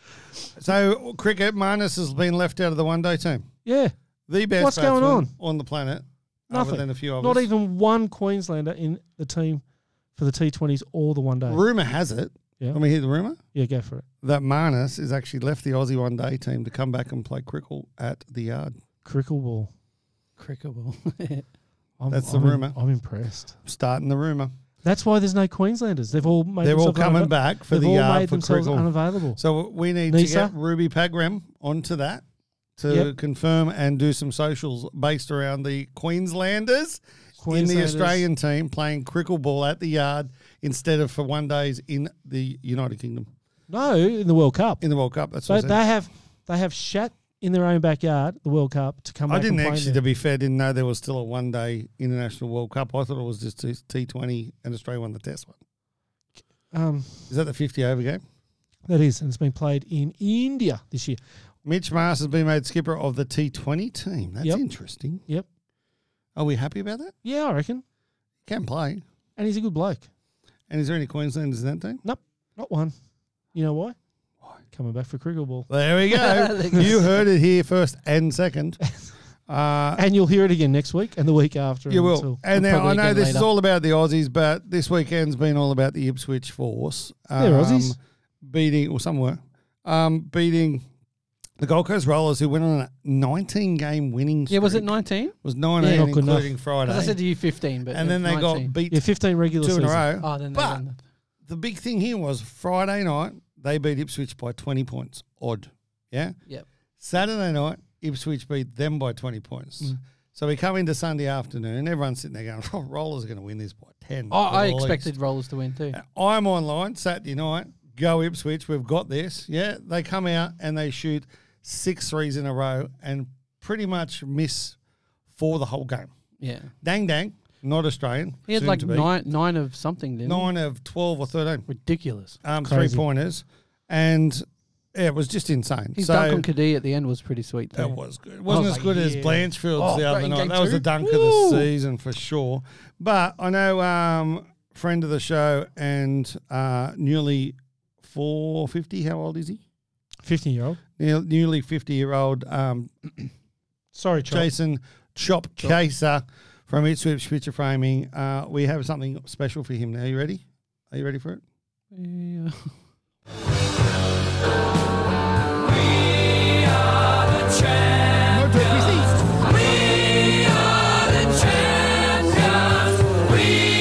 [SPEAKER 2] [laughs] So cricket, Marnus has been left out of the one day team.
[SPEAKER 3] Yeah,
[SPEAKER 2] The best
[SPEAKER 3] What's going
[SPEAKER 2] batsman on the planet.
[SPEAKER 3] Nothing.
[SPEAKER 2] Other than a few others.
[SPEAKER 3] not even one Queenslander in the team for the T20s or the one day.
[SPEAKER 2] Rumour has it.
[SPEAKER 3] Yeah.
[SPEAKER 2] Let me hear the rumour.
[SPEAKER 3] Yeah, go for it.
[SPEAKER 2] That Marnus has actually left the Aussie one day team to come back and play cricket at the yard.
[SPEAKER 3] Crickle ball.
[SPEAKER 4] Cricket ball.
[SPEAKER 3] I'm,
[SPEAKER 2] That's the
[SPEAKER 3] I'm im-
[SPEAKER 2] rumour.
[SPEAKER 3] I'm impressed.
[SPEAKER 2] Starting the rumour.
[SPEAKER 3] That's why there's no Queenslanders. They've all made
[SPEAKER 2] They're all
[SPEAKER 3] themselves
[SPEAKER 2] coming
[SPEAKER 3] unava-
[SPEAKER 2] back for
[SPEAKER 3] They've
[SPEAKER 2] the
[SPEAKER 3] all
[SPEAKER 2] yard
[SPEAKER 3] made
[SPEAKER 2] for
[SPEAKER 3] themselves
[SPEAKER 2] cricket.
[SPEAKER 3] unavailable.
[SPEAKER 2] So we need to
[SPEAKER 3] Nisa?
[SPEAKER 2] get Ruby Pagram onto that to
[SPEAKER 3] Yep.
[SPEAKER 2] confirm and do some socials based around the Queenslanders in the
[SPEAKER 3] Queenslanders-
[SPEAKER 2] Australian team playing cricket ball at the yard instead of for one days in the United Kingdom
[SPEAKER 3] No, in the World Cup.
[SPEAKER 2] in the World Cup. That's
[SPEAKER 3] So
[SPEAKER 2] what I said.
[SPEAKER 3] they have they have shat in their own backyard, the World Cup, to come
[SPEAKER 2] I
[SPEAKER 3] back
[SPEAKER 2] didn't
[SPEAKER 3] and play
[SPEAKER 2] actually,
[SPEAKER 3] there.
[SPEAKER 2] to be fair, didn't know there was still a one day international World Cup. I thought it was just T Twenty and Australia won the Test one.
[SPEAKER 3] Um,
[SPEAKER 2] Is that the fifty over game?
[SPEAKER 3] that is, and it's been played in India this year.
[SPEAKER 2] Mitch Mars has been made skipper of the T Twenty team. That's
[SPEAKER 3] Yep.
[SPEAKER 2] interesting.
[SPEAKER 3] Yep.
[SPEAKER 2] Are we happy about that?
[SPEAKER 3] Yeah, I reckon.
[SPEAKER 2] Can play.
[SPEAKER 3] And he's a good bloke.
[SPEAKER 2] And is there any Queenslanders in that team?
[SPEAKER 3] Not one. You know why? Why? Coming back for cricket ball.
[SPEAKER 2] There
[SPEAKER 4] [laughs]
[SPEAKER 2] we go. you heard it here first and second. Uh,
[SPEAKER 3] And you'll hear it again next week and the week after.
[SPEAKER 2] You
[SPEAKER 3] and
[SPEAKER 2] will.
[SPEAKER 3] until-
[SPEAKER 2] And now I
[SPEAKER 4] Probably
[SPEAKER 2] know
[SPEAKER 4] again
[SPEAKER 2] this is
[SPEAKER 4] later.
[SPEAKER 2] all about the Aussies, but this weekend's been all about the Ipswich Force. Um,
[SPEAKER 3] They're Aussies.
[SPEAKER 2] Beating, or somewhere, um, beating the Gold Coast Rollers, who went on a 19 game winning streak.
[SPEAKER 4] Yeah, was it 19?
[SPEAKER 2] It was 19,
[SPEAKER 3] Yeah, not good
[SPEAKER 2] including Friday.
[SPEAKER 4] 'Cause I said to you 15, but
[SPEAKER 2] and then they got beat
[SPEAKER 3] Yeah, 15 regular
[SPEAKER 2] two in a
[SPEAKER 3] season.
[SPEAKER 2] row.
[SPEAKER 4] Oh, then they
[SPEAKER 2] But-
[SPEAKER 4] won.
[SPEAKER 2] The big thing here was Friday night, they beat Ipswich by 20 points, odd. Yeah?
[SPEAKER 4] Yep.
[SPEAKER 2] Saturday night, Ipswich beat them by 20 points.
[SPEAKER 4] Mm.
[SPEAKER 2] So we come into Sunday afternoon, everyone's sitting there going, [laughs] oh, Rollers are going to win this by 10.
[SPEAKER 4] Oh, I
[SPEAKER 2] at least."
[SPEAKER 4] expected Rollers to win too.
[SPEAKER 2] And I'm online Saturday night. Go Ipswich. We've got this. Yeah, they come out and they shoot six threes in a row and pretty much miss for the whole game.
[SPEAKER 4] Yeah.
[SPEAKER 2] Dang, dang, not Australian.
[SPEAKER 4] He had
[SPEAKER 2] soon
[SPEAKER 4] like
[SPEAKER 2] to be.
[SPEAKER 4] nine, nine of something then.
[SPEAKER 2] nine of twelve or thirteen
[SPEAKER 4] Ridiculous.
[SPEAKER 2] um, three
[SPEAKER 3] Crazy.
[SPEAKER 2] pointers, and yeah, it was just insane.
[SPEAKER 4] His
[SPEAKER 2] so
[SPEAKER 4] dunk on Kadee at the end was pretty sweet too.
[SPEAKER 2] that was good. It wasn't
[SPEAKER 4] was
[SPEAKER 2] as
[SPEAKER 4] like,
[SPEAKER 2] good as
[SPEAKER 4] Oh, yeah.
[SPEAKER 2] Blanchfield's
[SPEAKER 4] Oh,
[SPEAKER 2] the other
[SPEAKER 4] great
[SPEAKER 2] night.
[SPEAKER 4] game
[SPEAKER 2] That was the
[SPEAKER 4] two.
[SPEAKER 2] dunk of
[SPEAKER 4] Woo!
[SPEAKER 2] the season for sure. But I know um, friend of the show and uh, newly four fifty. How old is he?
[SPEAKER 3] 15 year old.
[SPEAKER 2] Near- Nearly fifty year old um,
[SPEAKER 3] Sorry, Chase.
[SPEAKER 2] Jason Chop Caser from Ipswich Picture Framing. Uh, we have something special for him now. You ready? Are you ready for it?
[SPEAKER 4] Yeah.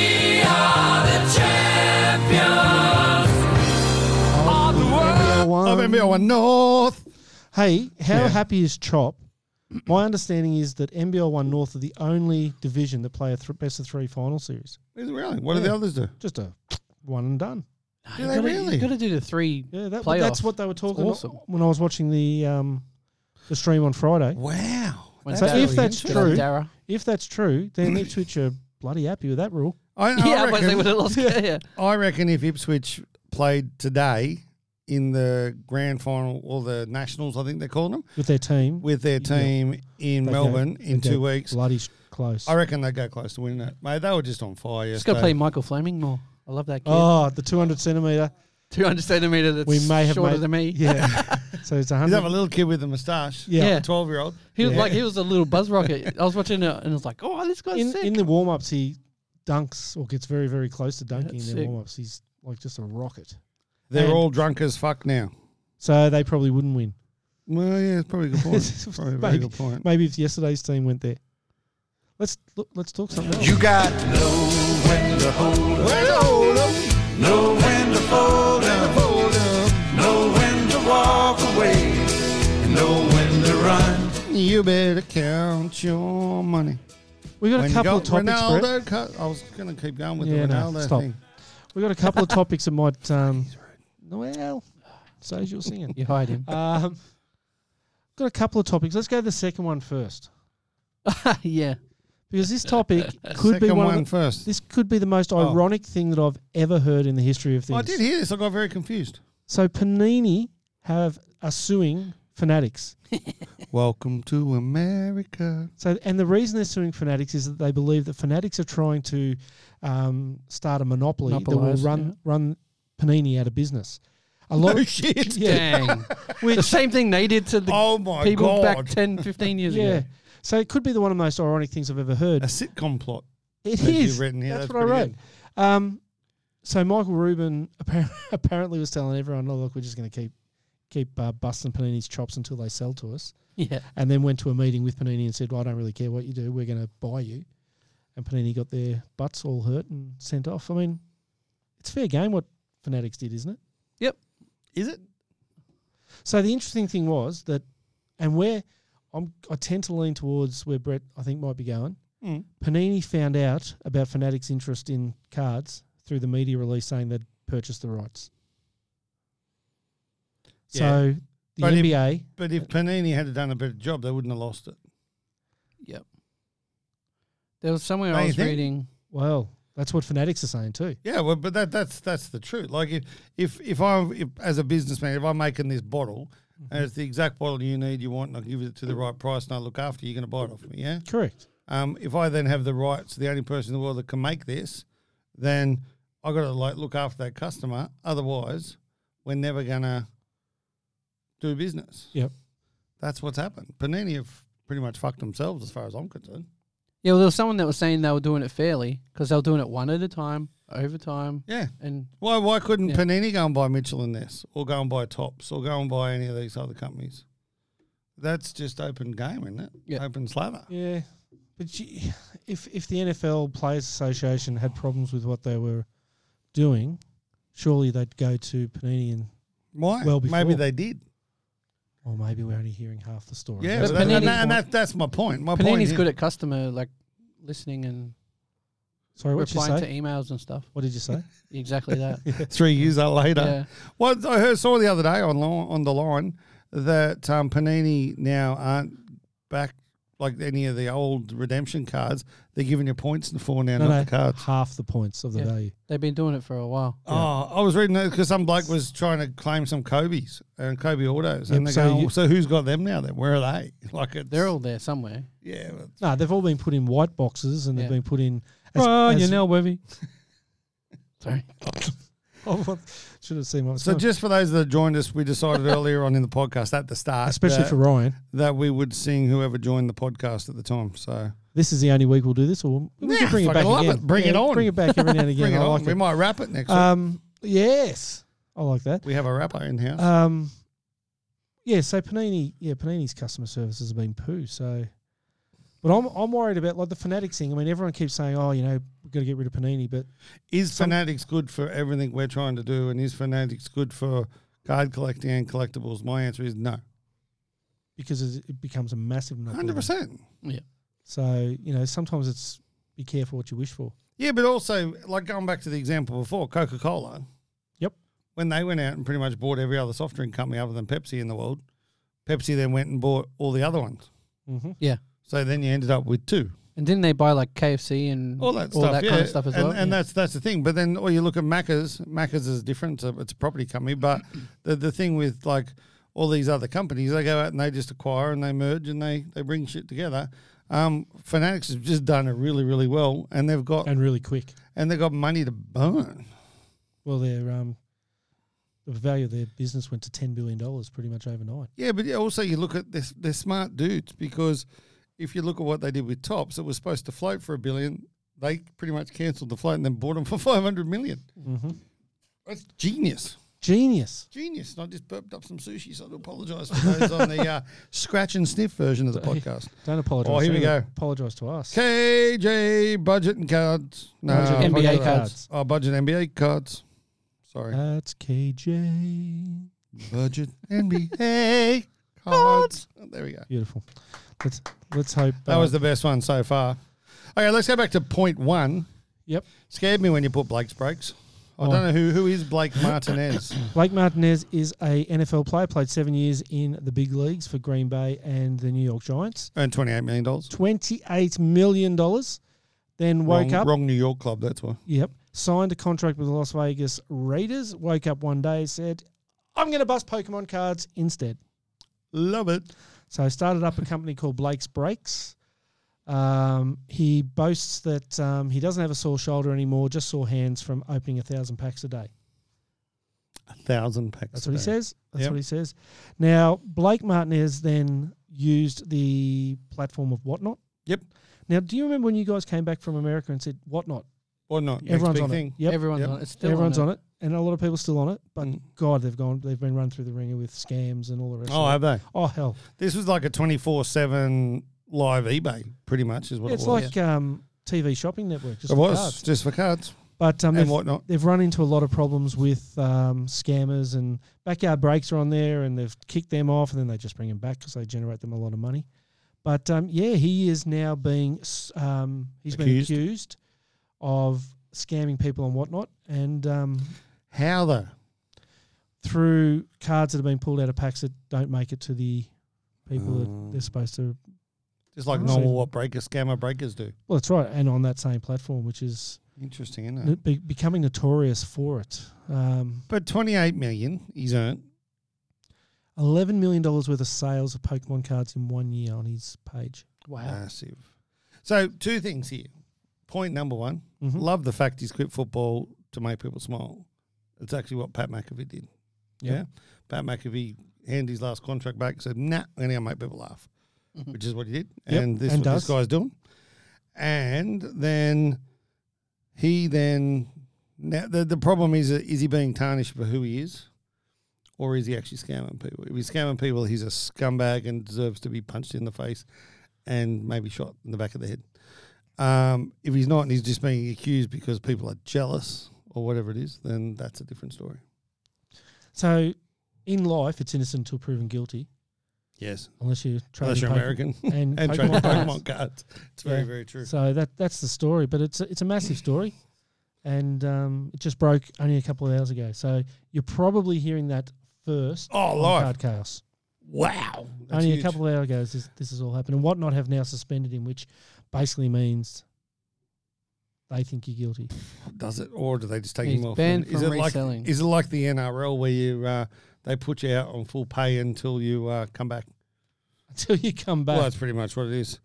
[SPEAKER 2] [laughs] I'm NBL One North.
[SPEAKER 3] Hey, how
[SPEAKER 2] Yeah.
[SPEAKER 3] happy is Chop? My understanding is that NBL One North are the only division that play a th- best of three final series.
[SPEAKER 2] Is it really? What do the
[SPEAKER 3] Yeah.
[SPEAKER 2] others do?
[SPEAKER 3] Just a one and done.
[SPEAKER 2] Do
[SPEAKER 4] You
[SPEAKER 2] they
[SPEAKER 4] gotta-
[SPEAKER 2] really?
[SPEAKER 4] You got to do the three.
[SPEAKER 3] Yeah, that,
[SPEAKER 4] Playoff.
[SPEAKER 3] that's what they were talking about
[SPEAKER 4] awesome.
[SPEAKER 3] when I was watching the um, the stream on Friday.
[SPEAKER 2] Wow.
[SPEAKER 4] when
[SPEAKER 3] So
[SPEAKER 4] Darra
[SPEAKER 3] if that's
[SPEAKER 4] hits it on
[SPEAKER 3] true-
[SPEAKER 4] Darra.
[SPEAKER 3] If that's true, then Ipswich are bloody happy with that rule.
[SPEAKER 2] I, Oh, I
[SPEAKER 4] yeah, but they
[SPEAKER 2] reckon,
[SPEAKER 4] would
[SPEAKER 2] [laughs]
[SPEAKER 4] have lost. Yeah, yeah.
[SPEAKER 2] I reckon if Ipswich played today in the grand final or the nationals, I think they call them,
[SPEAKER 3] with their team.
[SPEAKER 2] with their
[SPEAKER 3] Yeah.
[SPEAKER 2] team in
[SPEAKER 3] They go-
[SPEAKER 2] Melbourne in
[SPEAKER 3] they
[SPEAKER 2] two
[SPEAKER 3] go
[SPEAKER 2] weeks,
[SPEAKER 3] bloody s- close.
[SPEAKER 2] I reckon they'd go close to winning it. Mate, they were just on fire
[SPEAKER 4] Just got to
[SPEAKER 2] yesterday.
[SPEAKER 4] play Michael Fleming more. I love that kid. [laughs]
[SPEAKER 3] Oh, the
[SPEAKER 2] [laughs]
[SPEAKER 3] 200 centimeter.
[SPEAKER 4] 200 centimeter. That's
[SPEAKER 3] We may have
[SPEAKER 4] shorter
[SPEAKER 3] made-
[SPEAKER 4] than me.
[SPEAKER 3] Yeah. so it's
[SPEAKER 2] Is that a
[SPEAKER 3] 100.
[SPEAKER 2] little kid with a moustache?
[SPEAKER 3] Yeah.
[SPEAKER 4] Yeah.
[SPEAKER 2] 12 year old.
[SPEAKER 4] He was
[SPEAKER 2] Yeah.
[SPEAKER 4] like he was a little buzz rocket. I was watching it and I was like, oh, this guy's
[SPEAKER 3] In,
[SPEAKER 4] sick.
[SPEAKER 3] in the warm ups, he dunks or gets very, very close to dunking
[SPEAKER 4] That's
[SPEAKER 3] in their
[SPEAKER 4] sick.
[SPEAKER 3] warm ups. He's like just a rocket.
[SPEAKER 2] They're
[SPEAKER 3] And-
[SPEAKER 2] all drunk as fuck now.
[SPEAKER 3] So they probably wouldn't win.
[SPEAKER 2] Well, yeah, it's probably a good
[SPEAKER 3] [laughs]
[SPEAKER 2] point. probably a very
[SPEAKER 3] Maybe.
[SPEAKER 2] good point.
[SPEAKER 3] Maybe if yesterday's team went there. Let's look, let's talk something else.
[SPEAKER 6] You got no when to hold up, no when to fold up, know when to walk away, know when to run.
[SPEAKER 2] You better count your money.
[SPEAKER 3] We've got
[SPEAKER 2] When
[SPEAKER 3] a couple
[SPEAKER 2] go-
[SPEAKER 3] of topics, Brett.
[SPEAKER 2] Ronaldo cut- I was going to keep going with the
[SPEAKER 3] Yeah, no,
[SPEAKER 2] Ronaldo
[SPEAKER 3] stop.
[SPEAKER 2] thing.
[SPEAKER 3] We've got a
[SPEAKER 2] [laughs]
[SPEAKER 3] couple of topics that might. Um, well, so's your singing.
[SPEAKER 4] [laughs] you hide him.
[SPEAKER 3] Um, got a couple of topics. Let's go to the second one first,
[SPEAKER 4] [laughs] yeah. [laughs]
[SPEAKER 3] because this topic could
[SPEAKER 2] Second
[SPEAKER 3] be one.
[SPEAKER 2] one
[SPEAKER 3] of the,
[SPEAKER 2] first.
[SPEAKER 3] this could be the most
[SPEAKER 2] Oh.
[SPEAKER 3] ironic thing that I've ever heard in the history of things.
[SPEAKER 2] I did hear this. I got very confused.
[SPEAKER 3] So Panini have are suing Fanatics.
[SPEAKER 2] Welcome to America.
[SPEAKER 3] So and the reason they're suing Fanatics is that they believe that Fanatics are trying to um, start a monopoly that
[SPEAKER 4] Monopolise,
[SPEAKER 3] will run
[SPEAKER 4] yeah.
[SPEAKER 3] run Panini out of business. A lot.
[SPEAKER 2] Oh [laughs]
[SPEAKER 3] of-
[SPEAKER 2] shit!
[SPEAKER 4] [laughs]
[SPEAKER 3] yeah.
[SPEAKER 4] Dang. the same thing they did to the
[SPEAKER 2] Oh my
[SPEAKER 4] people
[SPEAKER 2] god!
[SPEAKER 4] back 10, 15 years
[SPEAKER 3] Yeah.
[SPEAKER 4] ago.
[SPEAKER 3] So it could be the one of the most ironic things I've ever heard.
[SPEAKER 2] a sitcom plot.
[SPEAKER 3] It
[SPEAKER 2] that you've
[SPEAKER 3] is.
[SPEAKER 2] written here.
[SPEAKER 3] That's,
[SPEAKER 2] That's
[SPEAKER 3] what I
[SPEAKER 2] pretty
[SPEAKER 3] wrote. Um, so Michael Rubin [laughs] appar- apparently was telling everyone, "Oh, look, we're just going to keep keep uh, busting Panini's chops until they sell to us."
[SPEAKER 4] Yeah.
[SPEAKER 3] And then went to a meeting with Panini and said, "Well, I don't really care what you do. We're going to buy you." And Panini got their butts all hurt and sent off. I mean, it's fair game what Fanatics did, isn't it?
[SPEAKER 2] Is it?
[SPEAKER 3] So the interesting thing was that, and where I'm, I tend to lean towards where Brett I think might be going.
[SPEAKER 2] Mm.
[SPEAKER 3] Panini found out about Fanatics' interest in cards through the media release saying they'd purchased the rights. So the
[SPEAKER 2] But if-
[SPEAKER 3] NBA.
[SPEAKER 2] But if Panini had done a better job, they wouldn't have lost it.
[SPEAKER 4] Yep. There was somewhere
[SPEAKER 2] Don't
[SPEAKER 4] I
[SPEAKER 2] you
[SPEAKER 4] was
[SPEAKER 2] think?
[SPEAKER 4] reading.
[SPEAKER 3] well, that's what fanatics are saying too.
[SPEAKER 2] Yeah, well, but that that's that's the truth. Like if if if I'm if, as a businessman, if I'm making this bottle and it's the exact bottle you need, you want, and I give it
[SPEAKER 3] Mm-hmm.
[SPEAKER 2] to the right price, and I look after you, you're going to buy it off me. Yeah.
[SPEAKER 3] Correct.
[SPEAKER 2] Um, if I then have the rights, the only person in the world that can make this, then I got to like look after that customer. Otherwise, we're never gonna do business.
[SPEAKER 3] Yep.
[SPEAKER 2] That's what's happened. Panini have pretty much fucked themselves, as far as I'm concerned.
[SPEAKER 4] Yeah, well, there was someone that was saying they were doing it fairly because they were doing it one at a time, over time,
[SPEAKER 2] Yeah.
[SPEAKER 4] and
[SPEAKER 2] Why? Why couldn't
[SPEAKER 4] Yeah.
[SPEAKER 2] Panini go and buy Mitchell and Ness, or go and buy Tops, or go and buy any of these other companies? That's just open game, isn't it?
[SPEAKER 4] Yeah.
[SPEAKER 2] Open slather.
[SPEAKER 3] Yeah, but you, if if the NFL Players Association had problems with what they were doing, surely they'd go to Panini and
[SPEAKER 2] Why?
[SPEAKER 3] Well
[SPEAKER 2] maybe
[SPEAKER 3] before.
[SPEAKER 2] they did.
[SPEAKER 3] or maybe we're only hearing half the story.
[SPEAKER 2] Yeah,
[SPEAKER 4] But
[SPEAKER 2] but that, and,
[SPEAKER 4] Panini-
[SPEAKER 2] that, and that, that's my point. My point
[SPEAKER 4] Panini's
[SPEAKER 2] is
[SPEAKER 4] good at customer like listening and
[SPEAKER 3] Sorry, what did you
[SPEAKER 4] replying to
[SPEAKER 3] say?
[SPEAKER 4] emails and
[SPEAKER 3] [laughs]
[SPEAKER 4] stuff.
[SPEAKER 3] What did
[SPEAKER 2] [laughs]
[SPEAKER 3] you say?
[SPEAKER 4] Exactly that.
[SPEAKER 2] three years later.
[SPEAKER 4] yeah.
[SPEAKER 2] Well, I heard, saw the other day on lo- on the line that um, Panini now aren't back like any of the old redemption cards. They're giving you points for now, not the cards.
[SPEAKER 3] half the points of the
[SPEAKER 4] Yeah.
[SPEAKER 3] value.
[SPEAKER 4] They've been doing it for a while.
[SPEAKER 2] Oh, I was reading that because some bloke was trying to claim some Kobe's and Kobe autos, and
[SPEAKER 3] Yep,
[SPEAKER 2] they
[SPEAKER 3] so
[SPEAKER 2] so go,
[SPEAKER 3] you-
[SPEAKER 2] "So who's got them now? Then where are they? [laughs] Like it's,
[SPEAKER 4] They're all there somewhere.
[SPEAKER 2] yeah, well,
[SPEAKER 3] No, they've all been put in white boxes and
[SPEAKER 4] Yeah.
[SPEAKER 3] they've been put in.
[SPEAKER 4] Webby. Sorry.
[SPEAKER 3] [laughs] oh, should have seen what I was
[SPEAKER 2] So
[SPEAKER 3] doing.
[SPEAKER 2] just for those that joined us, we
[SPEAKER 3] [laughs]
[SPEAKER 2] decided earlier on in the podcast at the start,
[SPEAKER 3] especially
[SPEAKER 2] that,
[SPEAKER 3] for Ryan.
[SPEAKER 2] that we would sing whoever joined the podcast at the time. So
[SPEAKER 3] This is the only week we'll do this, or we
[SPEAKER 2] Yeah,
[SPEAKER 3] can bring
[SPEAKER 2] fucking
[SPEAKER 3] it back
[SPEAKER 2] love
[SPEAKER 3] again.
[SPEAKER 2] it. Bring it
[SPEAKER 3] Yeah,
[SPEAKER 2] on.
[SPEAKER 3] Bring it back
[SPEAKER 2] [laughs]
[SPEAKER 3] every now and again.
[SPEAKER 2] bring it
[SPEAKER 3] I
[SPEAKER 2] on.
[SPEAKER 3] like
[SPEAKER 2] we
[SPEAKER 3] it.
[SPEAKER 2] might wrap it next week.
[SPEAKER 3] Um, yes, I like that.
[SPEAKER 2] We have a rapper in house.
[SPEAKER 3] Um, yeah, so Panini, yeah, Panini's customer services have been poo. So, but I'm I'm worried about like the Fanatics thing. I mean, everyone keeps saying, oh, you know, we've got to get rid of Panini, but
[SPEAKER 2] Is
[SPEAKER 3] Some-
[SPEAKER 2] Fanatics good for everything we're trying to do, and is Fanatics good for card collecting and collectibles? My answer is no,
[SPEAKER 3] because it's- it becomes a massive monopoly.
[SPEAKER 2] hundred percent.
[SPEAKER 3] So you know, sometimes it's be careful what you wish for.
[SPEAKER 2] Yeah, but also like going back to the example before, Coca Cola.
[SPEAKER 3] Yep.
[SPEAKER 2] When they went out and pretty much bought every other soft drink company other than Pepsi in the world, Pepsi then went and bought all the other ones.
[SPEAKER 3] Mm-hmm.
[SPEAKER 2] So then you ended up with two,
[SPEAKER 4] And didn't they buy like KFC and
[SPEAKER 2] all that stuff, yeah.
[SPEAKER 4] kind of stuff as
[SPEAKER 2] and,
[SPEAKER 4] well?
[SPEAKER 2] And
[SPEAKER 4] Yeah.
[SPEAKER 2] that's that's the thing. But then, or you look at Macca's. Macca's is different. It's a, it's a property company.
[SPEAKER 4] [coughs]
[SPEAKER 2] But the the thing with like all these other companies, they go out and they just acquire and they merge and they they bring shit together. Um, Fanatics have just done it really really well, and they've got
[SPEAKER 3] And really quick.
[SPEAKER 2] and they've got money to burn.
[SPEAKER 3] Well, their um, the value of their business went to ten billion dollars pretty much overnight.
[SPEAKER 2] Yeah, but yeah, also you look at this, they're smart dudes because if you look at what they did with Tops, it was supposed to float for a billion. They pretty much cancelled the float and then bought them for [laughs] 500 million.
[SPEAKER 3] Mm-hmm.
[SPEAKER 2] That's genius.
[SPEAKER 3] Genius.
[SPEAKER 2] Genius. And I just burped up some sushi, so I do apologise for those on the
[SPEAKER 3] [laughs]
[SPEAKER 2] uh, scratch and sniff version of the podcast.
[SPEAKER 3] Don't apologise.
[SPEAKER 2] Oh, here we go.
[SPEAKER 3] Apologise to us.
[SPEAKER 2] KJ, budget and cards. No,
[SPEAKER 3] Budget
[SPEAKER 4] NBA
[SPEAKER 2] budget-
[SPEAKER 4] cards.
[SPEAKER 2] Oh, budget NBA cards. Sorry.
[SPEAKER 3] That's KJ. [laughs]
[SPEAKER 2] budget NBA cards. Oh, There we go.
[SPEAKER 3] Beautiful. Let's let's hope
[SPEAKER 2] That
[SPEAKER 3] uh,
[SPEAKER 2] was the best one so far. Okay, let's go back to point one.
[SPEAKER 3] Yep. Oh.
[SPEAKER 2] Scared me when you put Blake's breaks. I don't know who who is Blake Martinez.
[SPEAKER 3] [coughs] Blake Martinez is a NFL player. Played seven years in the big leagues for Green Bay and the New York Giants.
[SPEAKER 2] Earned twenty eight million dollars.
[SPEAKER 3] Twenty-eight million dollars. Then woke
[SPEAKER 2] wrong,
[SPEAKER 3] up.
[SPEAKER 2] Wrong New York club. That's why.
[SPEAKER 3] Yep. Signed a contract with the Las Vegas Raiders. Woke up one day, said, "I'm going to bust Pokemon cards instead."
[SPEAKER 2] Love it.
[SPEAKER 3] So I started up a company called Blake's Breaks. Um, he boasts that um, he doesn't have a sore shoulder anymore, just sore hands from opening a thousand packs a day.
[SPEAKER 2] A thousand packs.
[SPEAKER 3] That's
[SPEAKER 2] a
[SPEAKER 3] what he
[SPEAKER 2] day.
[SPEAKER 3] says. That's
[SPEAKER 2] Yep.
[SPEAKER 3] what he says. Now Blake Martinez then used the platform of Whatnot.
[SPEAKER 2] Yep.
[SPEAKER 3] Now, do you remember when you guys came back from America and said Whatnot?
[SPEAKER 2] Or not. Next
[SPEAKER 3] Everyone's
[SPEAKER 2] big
[SPEAKER 3] on
[SPEAKER 2] thing.
[SPEAKER 3] it. Yep.
[SPEAKER 4] Everyone's
[SPEAKER 2] Yep.
[SPEAKER 4] on it. It's still
[SPEAKER 3] Everyone's
[SPEAKER 4] on
[SPEAKER 3] on it. and a lot of people still on it. But
[SPEAKER 2] Mm.
[SPEAKER 3] God, they've gone. They've been run through the ringer with scams and all the rest.
[SPEAKER 2] Oh,
[SPEAKER 3] of
[SPEAKER 2] have they?
[SPEAKER 3] it. oh hell!
[SPEAKER 2] This was like a twenty four seven live eBay. Pretty much is what
[SPEAKER 3] it's
[SPEAKER 2] it was.
[SPEAKER 3] like um, TV shopping network. Just
[SPEAKER 2] it
[SPEAKER 3] for
[SPEAKER 2] was
[SPEAKER 3] cards.
[SPEAKER 2] just for cards
[SPEAKER 3] But um,
[SPEAKER 2] and
[SPEAKER 3] they've,
[SPEAKER 2] whatnot.
[SPEAKER 3] they've run into a lot of problems with um, scammers and backyard breaks are on there, and they've kicked them off, and then they just bring them back because they generate them a lot of money. But um, yeah, he is now being s- um, he's
[SPEAKER 2] Accused.
[SPEAKER 3] been accused of scamming people and whatnot, and um,
[SPEAKER 2] How though?
[SPEAKER 3] through cards that have been pulled out of packs that don't make it to the people that
[SPEAKER 2] Oh.
[SPEAKER 3] they're supposed to.
[SPEAKER 2] Just like
[SPEAKER 3] Oh.
[SPEAKER 2] normal what breakers, scammer breakers do.
[SPEAKER 3] Well, that's right, and on that same platform, which is
[SPEAKER 2] Interesting, isn't it?
[SPEAKER 3] n- be- becoming notorious for it. Um,
[SPEAKER 2] But 28 million he's earned.
[SPEAKER 3] Eleven million dollars worth of sales of Pokemon cards in one year on his page.
[SPEAKER 4] Wow.
[SPEAKER 2] Massive. So, two things here. Point number one
[SPEAKER 3] Mhm.
[SPEAKER 2] love the fact he's quit football to make people smile. It's actually what Pat McAfee did. Yeah. Pat McAfee handed his last contract back and said, nah, I'm going to make people laugh, which is what he did.
[SPEAKER 3] Mm-hmm. Yep,
[SPEAKER 2] And this is
[SPEAKER 3] and
[SPEAKER 2] what this
[SPEAKER 3] does.
[SPEAKER 2] guy's doing. And then he then, now the, the problem is, uh, is he being tarnished for who he is? Or is he actually scamming people? If he's scamming people, he's a scumbag and deserves to be punched in the face and maybe shot in the back of the head. Um, if he's not and he's just being accused because people are jealous or whatever it is, then that's a different story.
[SPEAKER 3] So, in life, it's innocent until proven guilty,
[SPEAKER 2] Yes.
[SPEAKER 3] unless you're trading
[SPEAKER 2] Unless you're
[SPEAKER 3] Poke-
[SPEAKER 2] American
[SPEAKER 3] and,
[SPEAKER 2] [laughs] and trading
[SPEAKER 3] Pokemon cards.
[SPEAKER 2] Pokemon cards. It's very,
[SPEAKER 3] Yeah.
[SPEAKER 2] very true.
[SPEAKER 3] So that that's the story, but it's a, it's a massive story, and um, it just broke only a couple of hours ago. So you're probably hearing that first.
[SPEAKER 2] Oh,
[SPEAKER 3] on
[SPEAKER 2] live.
[SPEAKER 3] Card chaos.
[SPEAKER 2] Wow. That's
[SPEAKER 3] only
[SPEAKER 2] huge.
[SPEAKER 3] a couple of hours ago, this, this has all happened, and whatnot have now suspended him, which basically means they think you're guilty. [laughs]
[SPEAKER 2] Does it? Or do they just take
[SPEAKER 4] He's
[SPEAKER 2] him off?
[SPEAKER 4] banned
[SPEAKER 2] and- is
[SPEAKER 4] from
[SPEAKER 2] it like,
[SPEAKER 4] reselling.
[SPEAKER 2] Is it like the NRL where you uh, they put you out on full pay until you uh, come back?
[SPEAKER 3] Until you come back,
[SPEAKER 2] Well, that's pretty much what it is.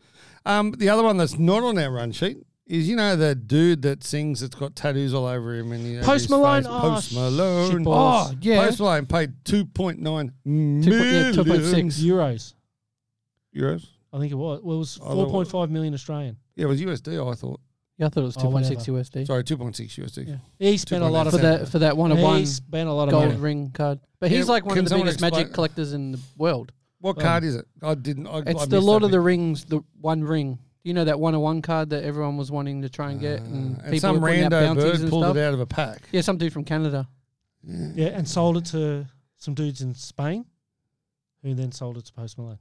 [SPEAKER 2] Um, the other one that's not on our run sheet is you know the dude that sings that's got tattoos all over him and you know,
[SPEAKER 3] Post
[SPEAKER 2] his
[SPEAKER 3] Malone.
[SPEAKER 2] face,
[SPEAKER 3] Oh,
[SPEAKER 2] Post Malone.
[SPEAKER 3] shitballs.
[SPEAKER 4] Oh, yeah.
[SPEAKER 2] Post Malone paid two point nine
[SPEAKER 4] Two point- yeah,
[SPEAKER 2] million
[SPEAKER 4] 2.6.
[SPEAKER 3] euros.
[SPEAKER 2] euros.
[SPEAKER 3] I think it was. Well, it was
[SPEAKER 2] Oh, there
[SPEAKER 3] four
[SPEAKER 2] was-
[SPEAKER 3] point five million Australian.
[SPEAKER 2] Yeah, it was USD. I thought.
[SPEAKER 4] Yeah, I thought it was
[SPEAKER 3] Oh,
[SPEAKER 4] 2.6 USD.
[SPEAKER 2] Sorry, two point six USD.
[SPEAKER 4] Yeah.
[SPEAKER 3] He spent a lot of
[SPEAKER 4] For that, for that one of
[SPEAKER 3] He
[SPEAKER 4] one
[SPEAKER 3] spent a lot of
[SPEAKER 4] gold
[SPEAKER 3] money.
[SPEAKER 4] ring card. But he's
[SPEAKER 2] Yeah,
[SPEAKER 4] like one
[SPEAKER 2] can
[SPEAKER 4] of the
[SPEAKER 2] someone
[SPEAKER 4] biggest magic
[SPEAKER 2] explain-
[SPEAKER 4] collectors in the world.
[SPEAKER 2] What
[SPEAKER 3] Um,
[SPEAKER 2] card is it? I didn't. I,
[SPEAKER 4] It's
[SPEAKER 2] I
[SPEAKER 4] the
[SPEAKER 2] missed
[SPEAKER 4] Lord
[SPEAKER 2] that
[SPEAKER 4] of the
[SPEAKER 2] bit.
[SPEAKER 4] Rings, the one ring. You know that one of one card that everyone was wanting to try and get,
[SPEAKER 2] Uh,
[SPEAKER 4] and people
[SPEAKER 2] and some
[SPEAKER 4] were putting out
[SPEAKER 2] rando
[SPEAKER 4] bounties
[SPEAKER 2] bird
[SPEAKER 4] and
[SPEAKER 2] pulled
[SPEAKER 4] stuff.
[SPEAKER 2] it out of a pack.
[SPEAKER 4] Yeah, some dude from Canada.
[SPEAKER 3] Yeah, and sold it to some dudes in Spain, who then sold it to Post Malone.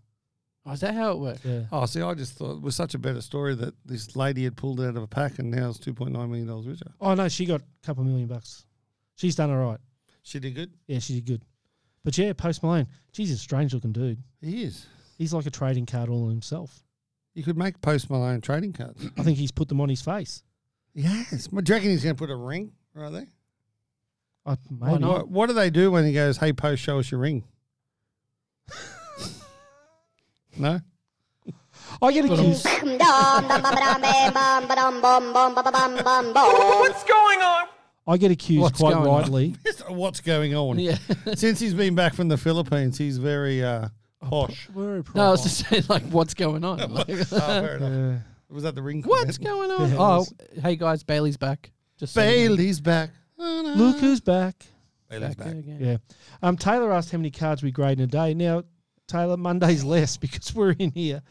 [SPEAKER 4] Oh, is that how
[SPEAKER 2] [laughs]
[SPEAKER 4] it works?
[SPEAKER 3] Yeah.
[SPEAKER 2] Oh, see, I just thought it was such a better story that this lady had pulled it out of a pack and now it's two point nine million dollars richer.
[SPEAKER 3] Oh no, she got a couple million bucks. She's done all right.
[SPEAKER 2] She did good.
[SPEAKER 3] Yeah, she did good. But yeah, Post Malone, he's a strange looking dude.
[SPEAKER 2] He is.
[SPEAKER 3] He's like a trading card all himself.
[SPEAKER 2] You could make Post Malone trading cards.
[SPEAKER 4] [coughs]
[SPEAKER 3] I think he's put them on his face.
[SPEAKER 2] Yes. My dragon is going to put a ring right there.
[SPEAKER 3] I, maybe.
[SPEAKER 2] What, what do they do when he goes, hey, Post, show us your
[SPEAKER 4] [laughs]
[SPEAKER 2] ring? no?
[SPEAKER 3] I get accused.
[SPEAKER 7] What's going on?
[SPEAKER 3] I get accused
[SPEAKER 4] What's
[SPEAKER 3] quite
[SPEAKER 4] going on?
[SPEAKER 3] [laughs] rightly.
[SPEAKER 2] What's going on?
[SPEAKER 4] Yeah. [laughs]
[SPEAKER 2] Since he's been back from the Philippines, he's very uh,
[SPEAKER 4] Oh,
[SPEAKER 2] posh.
[SPEAKER 3] Very
[SPEAKER 4] no, I
[SPEAKER 3] proper.
[SPEAKER 4] was just saying, like, what's going on?
[SPEAKER 2] [laughs]
[SPEAKER 4] Like,
[SPEAKER 2] oh, fair enough.
[SPEAKER 3] Yeah.
[SPEAKER 2] Was that the ring?
[SPEAKER 4] what's
[SPEAKER 2] comment?
[SPEAKER 4] going
[SPEAKER 2] [laughs]
[SPEAKER 4] on?
[SPEAKER 3] Yeah, it
[SPEAKER 4] Oh,
[SPEAKER 3] was.
[SPEAKER 4] hey guys, Bailey's back. Just so you know.
[SPEAKER 2] Bailey's back.
[SPEAKER 3] Look who's back.
[SPEAKER 2] Bailey's back.
[SPEAKER 4] again.
[SPEAKER 3] Yeah. Um, Taylor asked how many cards we grade in a day. Now, Taylor, Monday's [laughs] less because we're in here.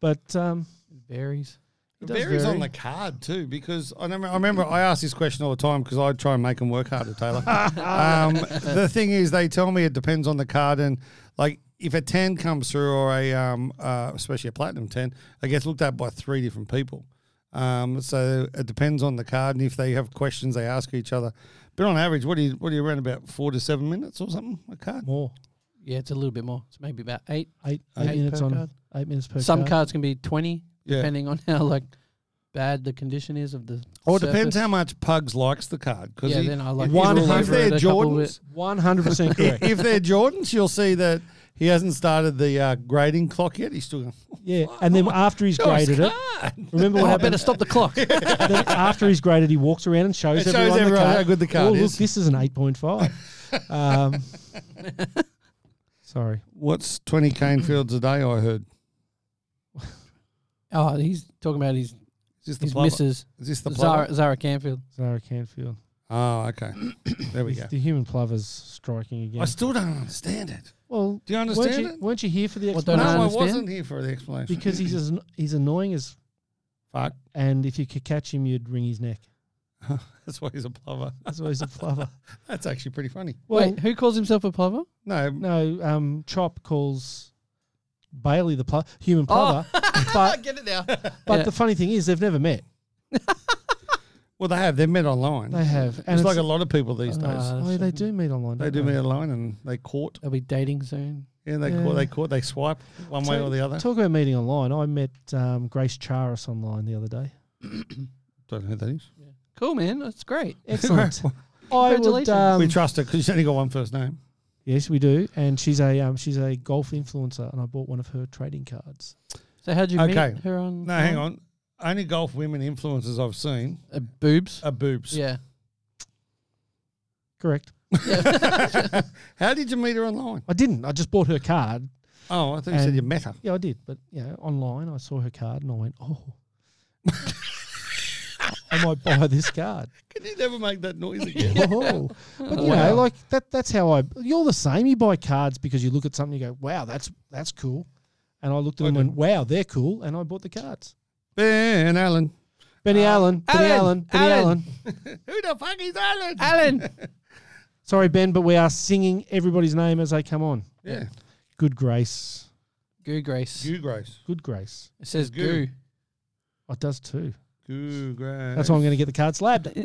[SPEAKER 3] But um,
[SPEAKER 4] Varies.
[SPEAKER 3] it
[SPEAKER 2] It
[SPEAKER 3] does
[SPEAKER 2] varies on
[SPEAKER 3] vary.
[SPEAKER 2] the card too, because I remember, I remember I ask this question all the time because I try and make them work harder, Taylor. um, the thing is, they tell me it depends on the card, and like if a ten comes through or a um, uh, especially a platinum ten, it gets looked at by three different people. Um, so it depends on the card, and if they have questions, they ask each other. But on average, what do you what do you around about four to seven minutes or something a card?
[SPEAKER 3] more.
[SPEAKER 4] Yeah, it's a little bit more. It's maybe about eight.
[SPEAKER 3] Eight,
[SPEAKER 4] Eight
[SPEAKER 3] eight, minutes
[SPEAKER 4] per
[SPEAKER 3] on
[SPEAKER 4] card.
[SPEAKER 3] eight minutes per
[SPEAKER 4] Some
[SPEAKER 3] card.
[SPEAKER 4] cards can be 20,
[SPEAKER 2] Yeah.
[SPEAKER 4] depending on how, like, bad the condition is of the.
[SPEAKER 2] Or Oh, it depends
[SPEAKER 4] surface.
[SPEAKER 2] how much Pugs likes the card because
[SPEAKER 4] Yeah, then I like
[SPEAKER 3] One
[SPEAKER 4] drool
[SPEAKER 3] if
[SPEAKER 4] over
[SPEAKER 2] they're
[SPEAKER 4] it a couple
[SPEAKER 2] Jordans,
[SPEAKER 4] of-
[SPEAKER 3] One hundred percent
[SPEAKER 2] [laughs] I-
[SPEAKER 3] correct.
[SPEAKER 2] if they're Jordans, you'll see that he hasn't started the uh, grading clock yet. He's still going,
[SPEAKER 3] yeah, and then after he's
[SPEAKER 2] "Oh, it's
[SPEAKER 3] graded it,
[SPEAKER 2] card."
[SPEAKER 3] remember
[SPEAKER 4] Oh,
[SPEAKER 3] what
[SPEAKER 4] I better
[SPEAKER 2] [laughs]
[SPEAKER 3] happened?
[SPEAKER 4] stop the clock.
[SPEAKER 3] Then after he's graded, he walks around and shows,
[SPEAKER 2] It shows
[SPEAKER 3] everyone,
[SPEAKER 2] everyone
[SPEAKER 3] the card.
[SPEAKER 2] how good the card
[SPEAKER 3] oh,
[SPEAKER 2] is.
[SPEAKER 3] Look, this is an eight
[SPEAKER 2] [laughs]
[SPEAKER 3] point five. Um, sorry,
[SPEAKER 2] What's 20 cane fields a day? I heard.
[SPEAKER 4] oh, he's talking about his,
[SPEAKER 2] Is this the
[SPEAKER 4] his
[SPEAKER 2] plumber?
[SPEAKER 4] missus,
[SPEAKER 2] Is this the plumber?
[SPEAKER 4] Zara, Zara Canfield.
[SPEAKER 3] Zara Canfield.
[SPEAKER 2] Oh, okay. There we
[SPEAKER 4] [coughs]
[SPEAKER 3] It's
[SPEAKER 2] go.
[SPEAKER 3] The human plovers striking again.
[SPEAKER 2] I still don't understand it.
[SPEAKER 3] well,
[SPEAKER 2] Do you
[SPEAKER 3] weren't
[SPEAKER 2] understand
[SPEAKER 3] you,
[SPEAKER 2] it?
[SPEAKER 3] weren't you here for the
[SPEAKER 4] Well, don't
[SPEAKER 3] explanation?
[SPEAKER 2] No, I
[SPEAKER 4] understand.
[SPEAKER 2] wasn't here for the explanation.
[SPEAKER 3] because he's as, he's annoying as
[SPEAKER 2] Fuck.
[SPEAKER 3] and if you could catch him, you'd wring his neck.
[SPEAKER 2] That's why he's a plumber. [laughs]
[SPEAKER 3] That's why he's a plover.
[SPEAKER 2] That's actually pretty funny.
[SPEAKER 3] [laughs] Well,
[SPEAKER 4] Wait, who calls himself a
[SPEAKER 3] [laughs]
[SPEAKER 4] plover?
[SPEAKER 2] No,
[SPEAKER 3] no, um, Chop calls Bailey the plo- human plover, but
[SPEAKER 4] get it now.
[SPEAKER 3] But
[SPEAKER 4] Yeah.
[SPEAKER 3] the funny thing is, they've never met.
[SPEAKER 2] Well, they have. They've met online.
[SPEAKER 3] They have.
[SPEAKER 2] Mm. It's like a lot of people these days.
[SPEAKER 4] Uh,
[SPEAKER 3] oh, they do meet online.
[SPEAKER 2] they do
[SPEAKER 3] don't
[SPEAKER 2] meet online and they court.
[SPEAKER 4] [laughs] They'll be dating soon.
[SPEAKER 2] Yeah, they court.
[SPEAKER 3] Yeah.
[SPEAKER 2] They court. They swipe one way
[SPEAKER 3] So-
[SPEAKER 2] or the other.
[SPEAKER 3] Talk about meeting online. I met um, Grace Charis online the other day.
[SPEAKER 2] Don't know who that is.
[SPEAKER 4] Cool, man. That's great.
[SPEAKER 3] Excellent. I would.
[SPEAKER 4] Congratulations.
[SPEAKER 3] Um,
[SPEAKER 2] we trust her because she's only got one first name.
[SPEAKER 3] [laughs] yes, we do. And she's a um, she's a golf influencer, and I bought one of her trading cards.
[SPEAKER 4] So how'd you
[SPEAKER 2] Okay.
[SPEAKER 4] meet her on?
[SPEAKER 2] No, hang on. Only golf women influencers I've seen
[SPEAKER 4] Uh, boobs.
[SPEAKER 2] are boobs.
[SPEAKER 4] Yeah.
[SPEAKER 3] Correct.
[SPEAKER 2] [laughs] How did you meet her online?
[SPEAKER 3] I didn't. I just bought her card.
[SPEAKER 2] Oh, I thought you said
[SPEAKER 3] And-
[SPEAKER 2] you met her.
[SPEAKER 3] Yeah, I did. But you know, online, I saw her card, and I went, oh. [laughs] I might buy
[SPEAKER 2] [laughs]
[SPEAKER 3] this card.
[SPEAKER 2] Can you never make that [laughs] noise again?
[SPEAKER 3] Oh. But you
[SPEAKER 4] Wow.
[SPEAKER 3] know, like that that's how I you're the same. You buy cards because you look at something, you go, Wow, that's that's cool. And I looked at
[SPEAKER 2] I
[SPEAKER 3] them and wow, they're cool, and I bought the cards.
[SPEAKER 2] ben Allen.
[SPEAKER 3] Benny
[SPEAKER 2] Uh,
[SPEAKER 3] Allen, Benny
[SPEAKER 4] Alan,
[SPEAKER 3] Allen, Benny
[SPEAKER 4] Alan.
[SPEAKER 3] Allen.
[SPEAKER 2] Who the fuck is Allen?
[SPEAKER 4] Alan.
[SPEAKER 3] Sorry, Ben, but we are singing everybody's name as they come on.
[SPEAKER 2] Yeah.
[SPEAKER 3] Good grace.
[SPEAKER 4] Goo Grace.
[SPEAKER 2] Goo Grace.
[SPEAKER 3] Good grace.
[SPEAKER 4] It says
[SPEAKER 2] Goo.
[SPEAKER 4] goo.
[SPEAKER 3] Oh, It does too.
[SPEAKER 2] Goo Grace.
[SPEAKER 3] That's why I'm going to get the card slabbed.
[SPEAKER 2] There we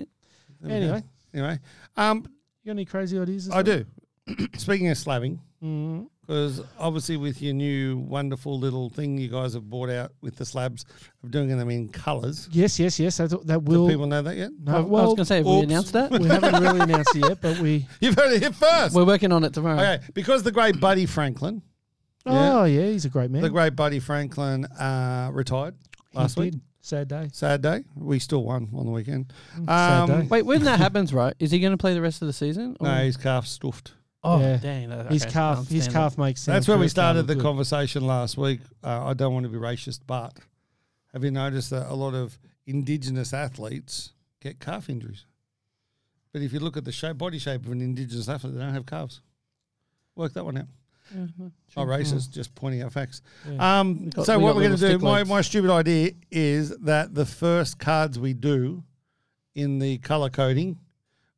[SPEAKER 2] go.
[SPEAKER 3] Anyway,
[SPEAKER 2] Anyway, um,
[SPEAKER 3] you got any crazy ideas?
[SPEAKER 2] I do. [clears throat] Speaking of slabbing,
[SPEAKER 3] Mm,
[SPEAKER 2] because obviously with your new wonderful little thing you guys have bought out with the slabs of doing them in colours.
[SPEAKER 3] yes, yes, yes. That, that
[SPEAKER 2] Do
[SPEAKER 3] will.
[SPEAKER 2] people know that yet? [laughs]
[SPEAKER 3] no,
[SPEAKER 4] I,
[SPEAKER 3] Uh, well,
[SPEAKER 4] I was gonna say, have we
[SPEAKER 2] oops.
[SPEAKER 4] announced
[SPEAKER 2] [laughs]
[SPEAKER 4] that?
[SPEAKER 3] we haven't really announced it yet, but we.
[SPEAKER 2] You've heard it here first.
[SPEAKER 4] We're working on it
[SPEAKER 3] uh,
[SPEAKER 4] tomorrow.
[SPEAKER 2] Okay, because the great Buddy Franklin, Yeah.
[SPEAKER 3] Oh, yeah, he's a great man.
[SPEAKER 2] the great Buddy Franklin uh, retired
[SPEAKER 3] He
[SPEAKER 2] last week.
[SPEAKER 3] did. Sad day.
[SPEAKER 2] Sad day. We still won on the weekend.
[SPEAKER 3] Mm. Sad
[SPEAKER 2] Um,
[SPEAKER 3] day.
[SPEAKER 4] Wait, when that happens, right? Is he going to play the rest of the season? or-
[SPEAKER 2] No, his calf stuffed.
[SPEAKER 4] Oh,
[SPEAKER 3] Yeah.
[SPEAKER 4] dang. that-
[SPEAKER 3] His
[SPEAKER 4] okay, I
[SPEAKER 3] calf, his
[SPEAKER 4] understand
[SPEAKER 3] calf makes sense.
[SPEAKER 2] That's where we started the conversation last week. Uh, I don't want to be racist, but have you noticed that a lot of Indigenous athletes get calf injuries? But if you look at the shape, body shape of an Indigenous athlete, they don't have calves. Work that one out.
[SPEAKER 4] that. Yeah, no,
[SPEAKER 2] Not
[SPEAKER 4] true. Hmm.
[SPEAKER 2] racist, just pointing out facts.
[SPEAKER 3] Yeah.
[SPEAKER 2] Um,
[SPEAKER 4] We got-
[SPEAKER 2] so
[SPEAKER 4] we
[SPEAKER 2] what
[SPEAKER 4] got
[SPEAKER 2] we're going to
[SPEAKER 4] little
[SPEAKER 2] do,
[SPEAKER 4] stick
[SPEAKER 2] my,
[SPEAKER 4] legs.
[SPEAKER 2] my stupid idea is that the first cards we do in the colour coding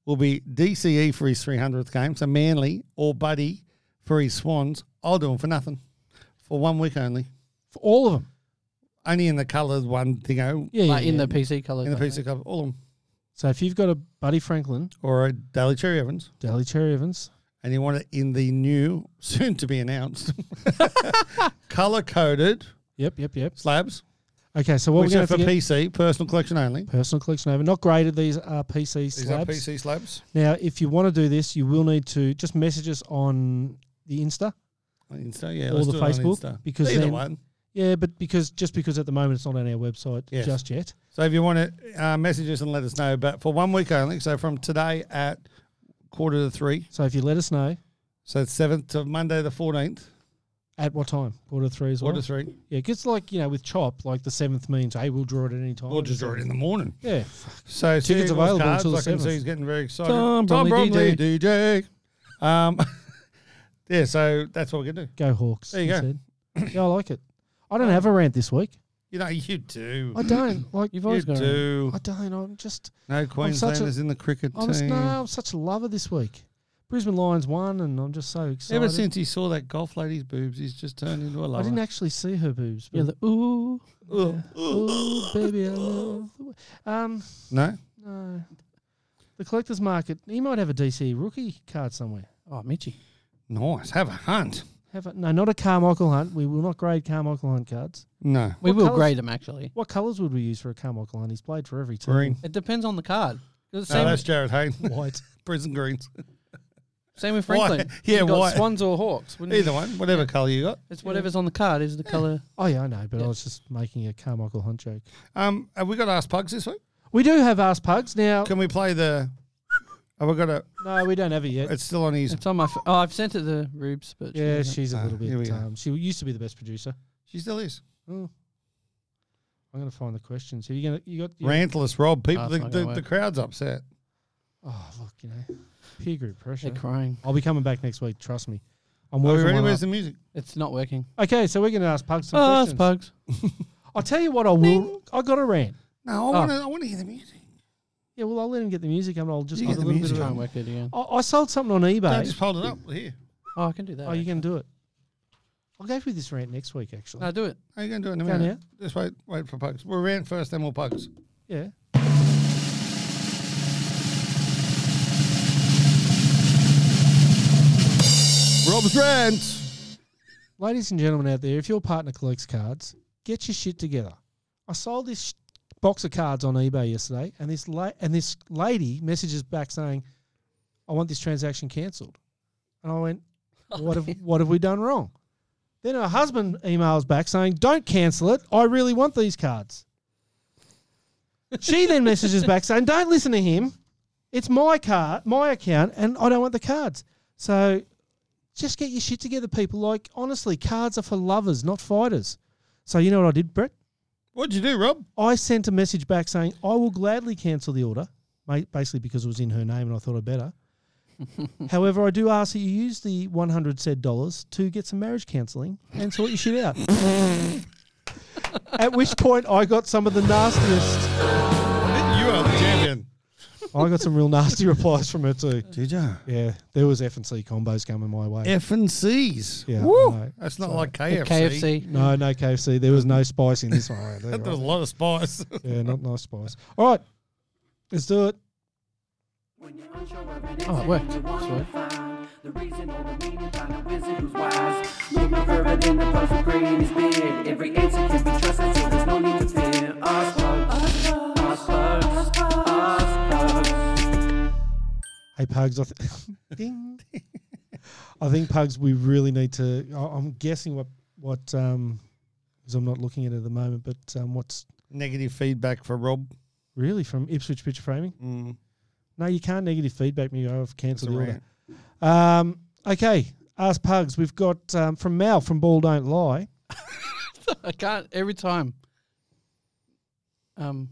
[SPEAKER 2] will be DCE for his 300th game, so Manly or Buddy for his Swans. I'll do them for nothing, for one week only.
[SPEAKER 3] For all of them.
[SPEAKER 2] Only in the colours one thing, oh,
[SPEAKER 3] Yeah,
[SPEAKER 4] Like
[SPEAKER 3] yeah,
[SPEAKER 4] in
[SPEAKER 3] yeah.
[SPEAKER 4] the PC colour.
[SPEAKER 2] in the
[SPEAKER 4] thing.
[SPEAKER 2] piece of cover, all of them,
[SPEAKER 3] So if you've got a Buddy Franklin,
[SPEAKER 2] or a Daily Cherry Evans,
[SPEAKER 3] Daly Cherry Evans,
[SPEAKER 2] and you want it in the new, [laughs] soon to be announced, [laughs] colour coded
[SPEAKER 3] yep, yep, yep.
[SPEAKER 2] slabs,
[SPEAKER 3] Okay, so what
[SPEAKER 2] which
[SPEAKER 3] we're
[SPEAKER 2] are
[SPEAKER 3] going
[SPEAKER 2] for
[SPEAKER 3] to get
[SPEAKER 2] PC, personal collection only.
[SPEAKER 3] personal collection over, not graded. These are PC
[SPEAKER 2] These are
[SPEAKER 3] slabs.
[SPEAKER 2] PC slabs
[SPEAKER 3] Now, if you want to do this, you will need to just message us on the Insta.
[SPEAKER 2] on Insta, yeah,
[SPEAKER 3] Or
[SPEAKER 2] let's
[SPEAKER 3] the
[SPEAKER 2] do it on
[SPEAKER 3] Facebook,
[SPEAKER 2] Insta.
[SPEAKER 3] because
[SPEAKER 2] either
[SPEAKER 3] then-
[SPEAKER 2] one.
[SPEAKER 3] Yeah, but because just because at the moment it's not on our website
[SPEAKER 2] Yes.
[SPEAKER 3] just yet.
[SPEAKER 2] So if you want to uh, message us and let us know, but for one week only, so from today at quarter to three,
[SPEAKER 3] So if you let us know
[SPEAKER 2] so it's seventh to Monday the fourteenth,
[SPEAKER 3] at what time, quarter to three as well.
[SPEAKER 2] quarter to three,
[SPEAKER 3] Yeah, because like you know with chop, like the seventh means hey, we'll draw it at any time.
[SPEAKER 2] or just draw it in the morning.
[SPEAKER 3] Yeah,
[SPEAKER 2] So see
[SPEAKER 3] Tickets
[SPEAKER 2] who wants
[SPEAKER 3] available
[SPEAKER 2] cards.
[SPEAKER 3] until the
[SPEAKER 2] I can see
[SPEAKER 3] 7th.
[SPEAKER 2] he's getting very excited.
[SPEAKER 4] Tom Bromley,
[SPEAKER 2] DJ. Um, [laughs] yeah, so that's what we're gonna do.
[SPEAKER 3] go Hawks.
[SPEAKER 2] There you
[SPEAKER 3] he
[SPEAKER 2] go.
[SPEAKER 3] said. yeah, I like it. I don't have a rant this week.
[SPEAKER 2] You know, you do,
[SPEAKER 3] I
[SPEAKER 2] [coughs]
[SPEAKER 3] don't like.
[SPEAKER 4] You've
[SPEAKER 2] you
[SPEAKER 4] always got a
[SPEAKER 2] do.
[SPEAKER 3] I don't. I'm just.
[SPEAKER 2] No Queenslanders in the cricket
[SPEAKER 3] I'm just,
[SPEAKER 2] team.
[SPEAKER 3] no. I'm such a lover this week. Brisbane Lions won, and I'm just so excited.
[SPEAKER 2] Ever since he saw that golf lady's boobs, he's just turned into a
[SPEAKER 3] I
[SPEAKER 2] lover.
[SPEAKER 3] didn't actually see her boobs.
[SPEAKER 4] Yeah,
[SPEAKER 3] But
[SPEAKER 4] the ooh.
[SPEAKER 2] Ugh.
[SPEAKER 3] oh, [coughs] baby, I
[SPEAKER 2] [coughs]
[SPEAKER 3] love. The way. Um,
[SPEAKER 2] No,
[SPEAKER 3] no. The collector's market. He might have a DC rookie card somewhere.
[SPEAKER 4] Oh, Mitchy.
[SPEAKER 2] nice. Have a hunt.
[SPEAKER 3] Have a, no, not a Carmichael Hunt. We will not grade Carmichael Hunt cards.
[SPEAKER 2] No.
[SPEAKER 4] We
[SPEAKER 3] What
[SPEAKER 4] will
[SPEAKER 3] colours-
[SPEAKER 4] grade him, actually.
[SPEAKER 3] What colours would we use for a Carmichael Hunt? He's played for every team.
[SPEAKER 2] Green.
[SPEAKER 4] It depends on the card. The
[SPEAKER 2] No,
[SPEAKER 4] Same,
[SPEAKER 2] that's Jared Hayne.
[SPEAKER 3] [laughs] White.
[SPEAKER 2] [laughs] Prison Greens.
[SPEAKER 4] same with Franklin.
[SPEAKER 2] White. Yeah,
[SPEAKER 4] You got
[SPEAKER 2] white.
[SPEAKER 4] Swans or Hawks. wouldn't
[SPEAKER 2] Either
[SPEAKER 4] you?
[SPEAKER 2] one, whatever colour you got.
[SPEAKER 4] It's whatever's on the card is the colour.
[SPEAKER 3] Oh yeah, I know, but I
[SPEAKER 4] Yeah.
[SPEAKER 3] was just making a Carmichael Hunt joke.
[SPEAKER 2] Um, have we got Ask Pugs this week?
[SPEAKER 3] We do have ass pugs now.
[SPEAKER 2] Can we play the? Have we got a?
[SPEAKER 3] No, we don't have it yet.
[SPEAKER 2] It's still on his.
[SPEAKER 4] It's on my. F- oh, I've sent it to Rubes, but she
[SPEAKER 3] yeah,
[SPEAKER 4] hasn't.
[SPEAKER 3] she's a
[SPEAKER 2] Ah,
[SPEAKER 3] little
[SPEAKER 2] here we
[SPEAKER 3] bit.
[SPEAKER 2] go.
[SPEAKER 3] Um, she used to be the best producer.
[SPEAKER 2] She still is.
[SPEAKER 3] Oh. I'm gonna find the questions. Are you gonna? You got? You
[SPEAKER 2] Rantless Rob. People,
[SPEAKER 3] Ah,
[SPEAKER 2] the,
[SPEAKER 4] That's not
[SPEAKER 2] the,
[SPEAKER 4] gonna
[SPEAKER 2] the
[SPEAKER 4] work.
[SPEAKER 2] crowd's upset.
[SPEAKER 3] oh look, you know, peer group pressure.
[SPEAKER 4] they're crying.
[SPEAKER 3] I'll be coming back next week. Trust me. I'm
[SPEAKER 2] Are we
[SPEAKER 3] working.
[SPEAKER 2] ready?
[SPEAKER 3] one
[SPEAKER 2] Where's the
[SPEAKER 3] up.
[SPEAKER 2] music?
[SPEAKER 4] It's not working.
[SPEAKER 3] Okay, so we're gonna ask pugs some
[SPEAKER 4] Oh, it's
[SPEAKER 3] questions.
[SPEAKER 4] bugs.
[SPEAKER 3] I'll tell you what. I will. I got a rant.
[SPEAKER 2] No, I want to. I want to hear the music.
[SPEAKER 3] Yeah, well, I'll let him get the music. Oh, and I'll just
[SPEAKER 2] You
[SPEAKER 3] give
[SPEAKER 2] get
[SPEAKER 3] a
[SPEAKER 2] the
[SPEAKER 3] little
[SPEAKER 2] music.
[SPEAKER 3] bit
[SPEAKER 4] Try
[SPEAKER 3] of.
[SPEAKER 4] and work it again.
[SPEAKER 3] I, I sold something on
[SPEAKER 2] Don't
[SPEAKER 3] eBay.
[SPEAKER 2] just hold it up here.
[SPEAKER 4] Oh, I can do that.
[SPEAKER 3] Oh, you
[SPEAKER 4] actually.
[SPEAKER 3] can do it. I'll go through this rant next week. Actually.
[SPEAKER 4] No, do it.
[SPEAKER 2] How you going to do it in a
[SPEAKER 3] Down
[SPEAKER 2] minute? Just wait. Wait for Pugs. We're rant first, then we'll Pugs.
[SPEAKER 3] Yeah.
[SPEAKER 2] Rob's rant.
[SPEAKER 3] Ladies and gentlemen out there, if your partner collects cards, get your shit together. I sold this sh- box of cards on eBay yesterday, and this la- and this lady messages back saying, "I want this transaction cancelled," and I went, "What have what have we done wrong?" Then her husband emails back saying, "Don't cancel it. I really want these cards." She then messages back saying, "Don't listen to him. It's my card, my account, and I don't want the cards." So just get your shit together, people. Like, honestly, cards are for lovers, not fighters. So, you know what I did, Brett?
[SPEAKER 2] What'd you do, Rob?
[SPEAKER 3] I sent a message back saying, I will gladly cancel the order, ma- basically because it was in her name and I thought I better. However, I do ask that you use the 100 said dollars to get some marriage counselling and sort your shit out. At which point, I got some of the nastiest.
[SPEAKER 2] You are the champion.
[SPEAKER 3] I got some real nasty replies from her, too.
[SPEAKER 2] Did ya?
[SPEAKER 3] Yeah, there was F and C combos coming my way.
[SPEAKER 2] F and C's.
[SPEAKER 3] Yeah, I know.
[SPEAKER 2] That's not like
[SPEAKER 4] The
[SPEAKER 2] KFC.
[SPEAKER 4] KFC.
[SPEAKER 3] No, no KFC. There was no spice in this one. right there,
[SPEAKER 2] That does a
[SPEAKER 3] right?
[SPEAKER 2] lot of [laughs] spice.
[SPEAKER 3] Yeah, not nice spice. All right, let's do it.
[SPEAKER 4] Oh, it worked. Sorry. [laughs]
[SPEAKER 7] The reason all the meaning, find a wizard who's wise. Look no further than the puzzle green is big. Every answer can be trusted, so there's no need to fear. Ozplugs, Ozplugs, Ozplugs.
[SPEAKER 3] Hey, Pugs. I th- [laughs] Ding. I think Pugs. We really need to. I- I'm guessing what what um, because I'm not looking at it at the moment, but um, what's
[SPEAKER 2] Negative feedback for Rob.
[SPEAKER 3] really from Ipswich Picture Framing?
[SPEAKER 2] Mm.
[SPEAKER 3] No, you can't negative feedback me. I've cancelled the
[SPEAKER 2] That's a
[SPEAKER 3] order. Um, okay, ask Pugs. We've got um, from Mal from Ball Don't Lie.
[SPEAKER 4] I can't every time. Um,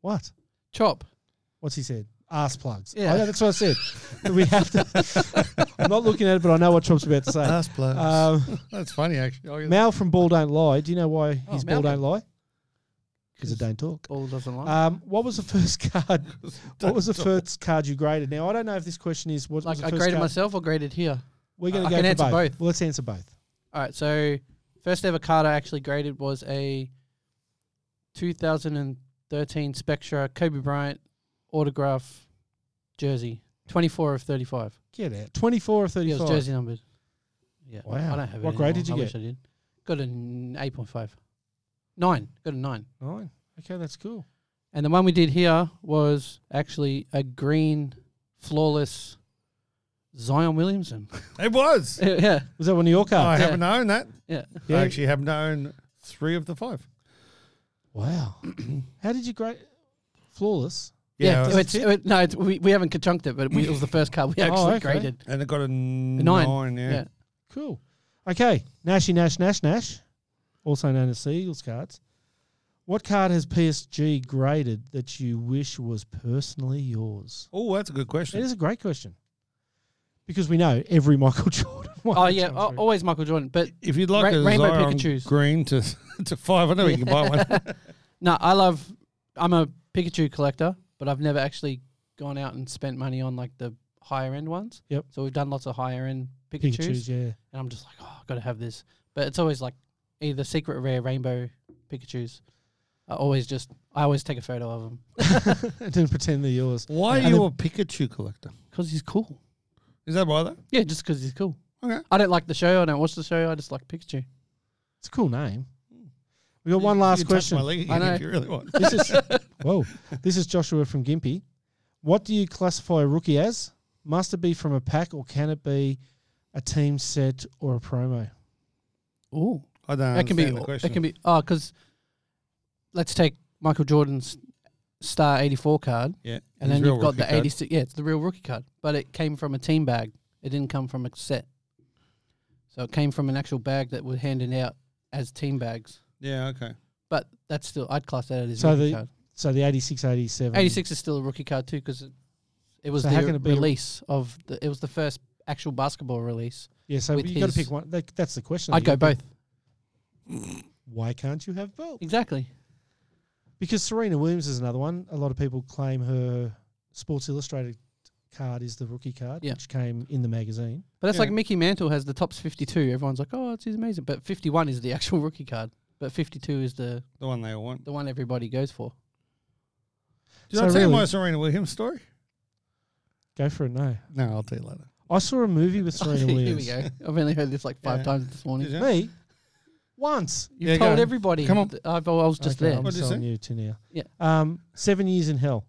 [SPEAKER 3] What?
[SPEAKER 4] chop.
[SPEAKER 3] What's he said? Ass plugs. Oh,
[SPEAKER 4] Yeah.
[SPEAKER 3] Yeah, that's what I
[SPEAKER 4] [laughs]
[SPEAKER 3] said. we have to. [laughs] I'm not looking at it, but I know what Trump's about to say.
[SPEAKER 2] That's blows.
[SPEAKER 3] Um,
[SPEAKER 2] That's funny, actually.
[SPEAKER 3] Mal from Ball Don't Lie. Do you know why his
[SPEAKER 4] Oh, Mal
[SPEAKER 3] ball don't lie? Because it don't talk.
[SPEAKER 4] Ball doesn't like.
[SPEAKER 3] Um, what was the
[SPEAKER 4] [laughs]
[SPEAKER 3] first card? What was the
[SPEAKER 2] Don't
[SPEAKER 3] first card you graded? Now I don't know if this question is what was
[SPEAKER 4] like
[SPEAKER 3] the
[SPEAKER 4] I
[SPEAKER 3] first
[SPEAKER 4] graded
[SPEAKER 3] card.
[SPEAKER 4] myself or graded here.
[SPEAKER 3] We're
[SPEAKER 4] I
[SPEAKER 3] going to
[SPEAKER 4] can
[SPEAKER 3] go
[SPEAKER 4] answer
[SPEAKER 3] for both.
[SPEAKER 4] both.
[SPEAKER 3] Well, let's answer both.
[SPEAKER 4] All right. So first ever card I actually graded was a 2013 Spectra Kobe Bryant autograph jersey, 24 of 35.
[SPEAKER 3] Get out. 24 or
[SPEAKER 4] Yeah, it
[SPEAKER 3] 35.
[SPEAKER 4] was jersey numbered. Yeah.
[SPEAKER 3] Wow.
[SPEAKER 4] I don't have it
[SPEAKER 3] What grade
[SPEAKER 4] anymore.
[SPEAKER 3] did you
[SPEAKER 4] I
[SPEAKER 3] get?
[SPEAKER 4] Wish I did. Got an 8.5. Nine. Got a nine.
[SPEAKER 3] Nine. Okay, that's cool.
[SPEAKER 4] And the one we did here was actually a green, flawless Zion Williamson. [laughs]
[SPEAKER 2] It was.
[SPEAKER 4] yeah,
[SPEAKER 3] Was that one of your
[SPEAKER 2] I
[SPEAKER 3] cards?
[SPEAKER 4] yeah.
[SPEAKER 2] haven't owned that.
[SPEAKER 4] yeah.
[SPEAKER 2] I
[SPEAKER 3] Yeah.
[SPEAKER 2] actually haven't owned three of the five.
[SPEAKER 3] Wow. [clears throat] How did you grade? Flawless.
[SPEAKER 4] Yeah,
[SPEAKER 2] it was-
[SPEAKER 4] it's, it- no, it's, we, we haven't conjunked it, but we, it was the first card we
[SPEAKER 3] Oh,
[SPEAKER 4] actually
[SPEAKER 3] okay.
[SPEAKER 4] graded.
[SPEAKER 2] and it got a
[SPEAKER 4] A
[SPEAKER 2] nine.
[SPEAKER 4] Nine.
[SPEAKER 2] yeah.
[SPEAKER 4] yeah.
[SPEAKER 3] Cool. Okay. Nashy Nash Nash Nash, also known as Seagulls cards. What card has PSG graded that you wish was personally yours?
[SPEAKER 2] Oh, that's a good
[SPEAKER 3] It
[SPEAKER 2] question.
[SPEAKER 3] is a great question. Because we know every [laughs] Michael Jordan. one
[SPEAKER 4] Oh
[SPEAKER 3] that
[SPEAKER 4] yeah,
[SPEAKER 3] comes
[SPEAKER 4] al-
[SPEAKER 3] through.
[SPEAKER 4] always Michael Jordan. But
[SPEAKER 2] If you'd like
[SPEAKER 4] Ra-
[SPEAKER 2] a
[SPEAKER 4] Rainbow
[SPEAKER 2] Zion
[SPEAKER 4] Pikachus.
[SPEAKER 2] green to [laughs] to five, I know you can buy one.
[SPEAKER 4] no, I love. I'm a Pikachu collector, but I've never actually gone out and spent money on like the higher end ones.
[SPEAKER 3] Yep.
[SPEAKER 4] So we've done lots of higher end Pikachu's,
[SPEAKER 3] Pikachu's, yeah.
[SPEAKER 4] and I'm just like, oh, I've got to have this. But it's always like either secret rare rainbow Pikachu's. I always just I always take a photo of him
[SPEAKER 3] and then pretend they're yours.
[SPEAKER 2] Why are
[SPEAKER 3] And
[SPEAKER 2] you a Pikachu collector?
[SPEAKER 4] because he's cool.
[SPEAKER 2] Is that why though?
[SPEAKER 4] Yeah, just because he's cool.
[SPEAKER 2] Okay.
[SPEAKER 4] I don't like the show. I don't watch the show. I just like Pikachu.
[SPEAKER 3] It's a cool name. We got one last
[SPEAKER 2] you can touch
[SPEAKER 3] question.
[SPEAKER 2] My leg
[SPEAKER 4] I
[SPEAKER 2] again
[SPEAKER 4] know.
[SPEAKER 2] If you really want.
[SPEAKER 3] This is whoa. This is Joshua from Gimpy. What do you classify a rookie as? Must it be from a pack, or can it be a team set or a promo?
[SPEAKER 4] Ooh.
[SPEAKER 2] I don't
[SPEAKER 4] That can be.
[SPEAKER 2] understand the question.
[SPEAKER 4] It can be. Oh, because let's take Michael Jordan's star eighty four card,
[SPEAKER 2] yeah. He's
[SPEAKER 4] and then
[SPEAKER 2] real
[SPEAKER 4] you've got
[SPEAKER 2] rookie
[SPEAKER 4] the
[SPEAKER 2] code.
[SPEAKER 4] eighty six. Yeah, it's the real rookie card, but it came from a team bag. It didn't come from a set. So it came from an actual bag that were handed out as team bags.
[SPEAKER 2] Yeah. Okay.
[SPEAKER 4] But that's still I'd class that as
[SPEAKER 3] So
[SPEAKER 4] rookie
[SPEAKER 3] the
[SPEAKER 4] card.
[SPEAKER 3] So the 86, 87.
[SPEAKER 4] Eighty six is still a rookie card too because it, it was
[SPEAKER 3] So how
[SPEAKER 4] the
[SPEAKER 3] can it be-
[SPEAKER 4] release of the. It was the first actual basketball release.
[SPEAKER 3] Yeah, so
[SPEAKER 4] with
[SPEAKER 3] you got to
[SPEAKER 4] his-
[SPEAKER 3] pick one. That, that's the question.
[SPEAKER 4] I'd
[SPEAKER 3] You
[SPEAKER 4] go
[SPEAKER 3] gotta
[SPEAKER 4] both.
[SPEAKER 3] pick- Why can't you have both?
[SPEAKER 4] Exactly.
[SPEAKER 3] Because Serena Williams is another one. A lot of people claim her Sports Illustrated card is the rookie card,
[SPEAKER 4] Yeah.
[SPEAKER 3] which came in the magazine.
[SPEAKER 4] But that's
[SPEAKER 2] Yeah.
[SPEAKER 4] like Mickey Mantle has the tops 52. Everyone's like, oh, it's he's amazing. But 51 is the [laughs] actual rookie card. But 52 is the,
[SPEAKER 2] The one they all want.
[SPEAKER 4] the one everybody goes for.
[SPEAKER 2] Did
[SPEAKER 3] So
[SPEAKER 2] I tell you my
[SPEAKER 3] really-
[SPEAKER 2] Serena Williams story?
[SPEAKER 3] Go for it, no.
[SPEAKER 2] No, I'll tell you later.
[SPEAKER 3] I saw a
[SPEAKER 4] [laughs]
[SPEAKER 3] movie with Serena
[SPEAKER 4] Here we
[SPEAKER 3] Williams.
[SPEAKER 4] go. I've only heard this like five
[SPEAKER 2] Yeah.
[SPEAKER 4] times this morning.
[SPEAKER 2] Did you?
[SPEAKER 3] Me, once.
[SPEAKER 4] You've
[SPEAKER 2] Yeah, go
[SPEAKER 4] told
[SPEAKER 2] on.
[SPEAKER 4] everybody.
[SPEAKER 2] Come on.
[SPEAKER 4] th- I've, I was just
[SPEAKER 3] Okay,
[SPEAKER 4] there. [laughs]
[SPEAKER 3] I'm
[SPEAKER 2] What did you
[SPEAKER 3] selling
[SPEAKER 2] say?
[SPEAKER 3] you to now.
[SPEAKER 4] Yeah.
[SPEAKER 3] Um, Seven Years in Hell,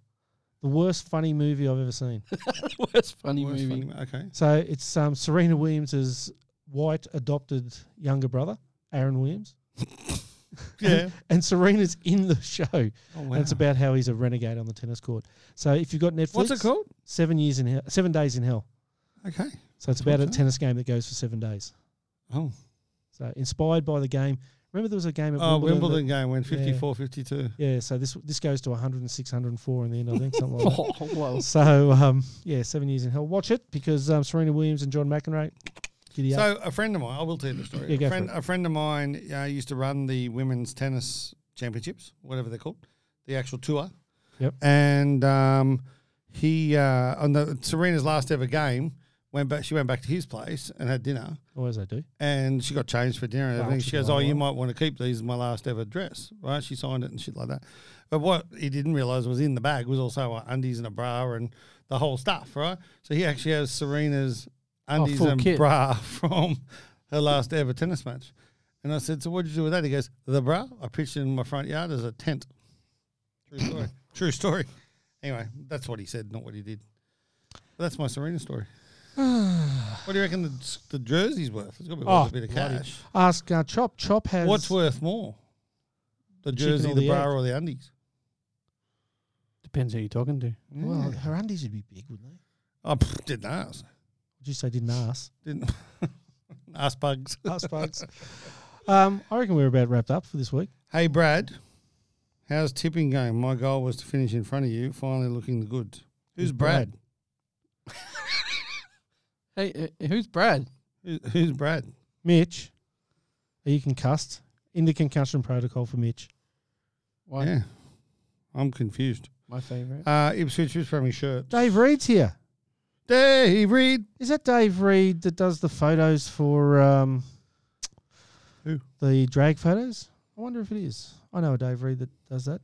[SPEAKER 3] the worst funny movie I've
[SPEAKER 4] [laughs]
[SPEAKER 3] ever seen.
[SPEAKER 4] Worst funny
[SPEAKER 2] Worst
[SPEAKER 4] movie. [laughs]
[SPEAKER 2] funny- Okay.
[SPEAKER 3] [laughs] So it's um, Serena Williams' white adopted younger brother, Aaron Williams,
[SPEAKER 2] Yeah.
[SPEAKER 3] and Serena's in the show.
[SPEAKER 2] Oh,
[SPEAKER 3] And it's about how he's a renegade on the tennis court. So if you've got Netflix,
[SPEAKER 2] What's it called?
[SPEAKER 3] Seven Years in Hell, Seven Days in Hell.
[SPEAKER 2] Okay.
[SPEAKER 3] So it's about a
[SPEAKER 2] Okay.
[SPEAKER 3] tennis game that goes for seven days.
[SPEAKER 2] Oh,
[SPEAKER 3] So inspired by the game. Remember there was a game at
[SPEAKER 2] oh
[SPEAKER 3] Wimbledon. that-
[SPEAKER 2] Wimbledon game went
[SPEAKER 3] Yeah.
[SPEAKER 2] 54 52.
[SPEAKER 3] yeah, so this this goes to 106, 104 in the end, I think, something like that.
[SPEAKER 2] [laughs]
[SPEAKER 4] Oh, well,
[SPEAKER 3] So um, yeah, seven years in hell. Watch it because um, Serena Williams and John McEnroe. Giddy up.
[SPEAKER 2] So a friend of mine, I will tell you the story.
[SPEAKER 3] Yeah, go
[SPEAKER 2] a
[SPEAKER 3] for
[SPEAKER 2] friend,
[SPEAKER 3] it.
[SPEAKER 2] a friend of mine uh, used to run the women's tennis championships, whatever they're called, the actual tour.
[SPEAKER 3] Yep.
[SPEAKER 2] And um, he uh, on the Serena's last ever game went back. She went back to his place and had dinner,
[SPEAKER 3] Always Oh, I do.
[SPEAKER 2] and she got changed for dinner. And
[SPEAKER 3] Wow,
[SPEAKER 2] everything.
[SPEAKER 3] she
[SPEAKER 2] She goes,
[SPEAKER 3] got
[SPEAKER 2] "Oh,
[SPEAKER 3] a
[SPEAKER 2] you
[SPEAKER 3] lot.
[SPEAKER 2] might want to keep these. My last ever dress, right?" She signed it and shit like that. But what he didn't realize was in the bag was also her undies and a bra and the whole stuff, right? So he actually has Serena's undies
[SPEAKER 4] full
[SPEAKER 2] and
[SPEAKER 4] kit.
[SPEAKER 2] bra [laughs] from her last ever tennis match. And I said, "So what did you do with that?" He goes, "The bra. I pitched it in my front yard as a tent." True story. True story. Anyway, that's what he said, not what he did. But that's my Serena story. what do you reckon the, the jersey's worth? It's got to be worth
[SPEAKER 3] Oh,
[SPEAKER 2] a bit of
[SPEAKER 3] bloody-
[SPEAKER 2] cash.
[SPEAKER 3] Ask uh, Chop. Chop has
[SPEAKER 2] What's worth more, the
[SPEAKER 3] Chicken
[SPEAKER 2] jersey,
[SPEAKER 3] or
[SPEAKER 2] the
[SPEAKER 3] the
[SPEAKER 2] bra,
[SPEAKER 3] egg?
[SPEAKER 2] or the undies?
[SPEAKER 4] depends who you're talking to.
[SPEAKER 3] Well, her undies would be big, wouldn't they?
[SPEAKER 2] I Oh, pff, didn't ask.
[SPEAKER 3] Would you say didn't ask?
[SPEAKER 2] Didn't [laughs] ask bugs.
[SPEAKER 3] Ask folks. Um, I reckon we're about wrapped up for this week.
[SPEAKER 2] Hey Brad, how's tipping going? My goal was to finish in front of you. Finally looking the good. Who's
[SPEAKER 3] Who's
[SPEAKER 2] Brad?
[SPEAKER 3] Brad?
[SPEAKER 4] Hey, uh, who's Brad?
[SPEAKER 2] Who- Who's Brad?
[SPEAKER 3] Mitch, are you concussed? In the concussion protocol for Mitch.
[SPEAKER 4] Why?
[SPEAKER 2] Yeah, I'm confused.
[SPEAKER 4] My favourite.
[SPEAKER 2] Uh, Ipswich is from his shirt.
[SPEAKER 3] Dave Reed's here.
[SPEAKER 2] Dave Reed.
[SPEAKER 3] Is that Dave Reed that does the photos for um,
[SPEAKER 2] Who?
[SPEAKER 3] The drag photos. I wonder if it is. I know a Dave Reed that does that.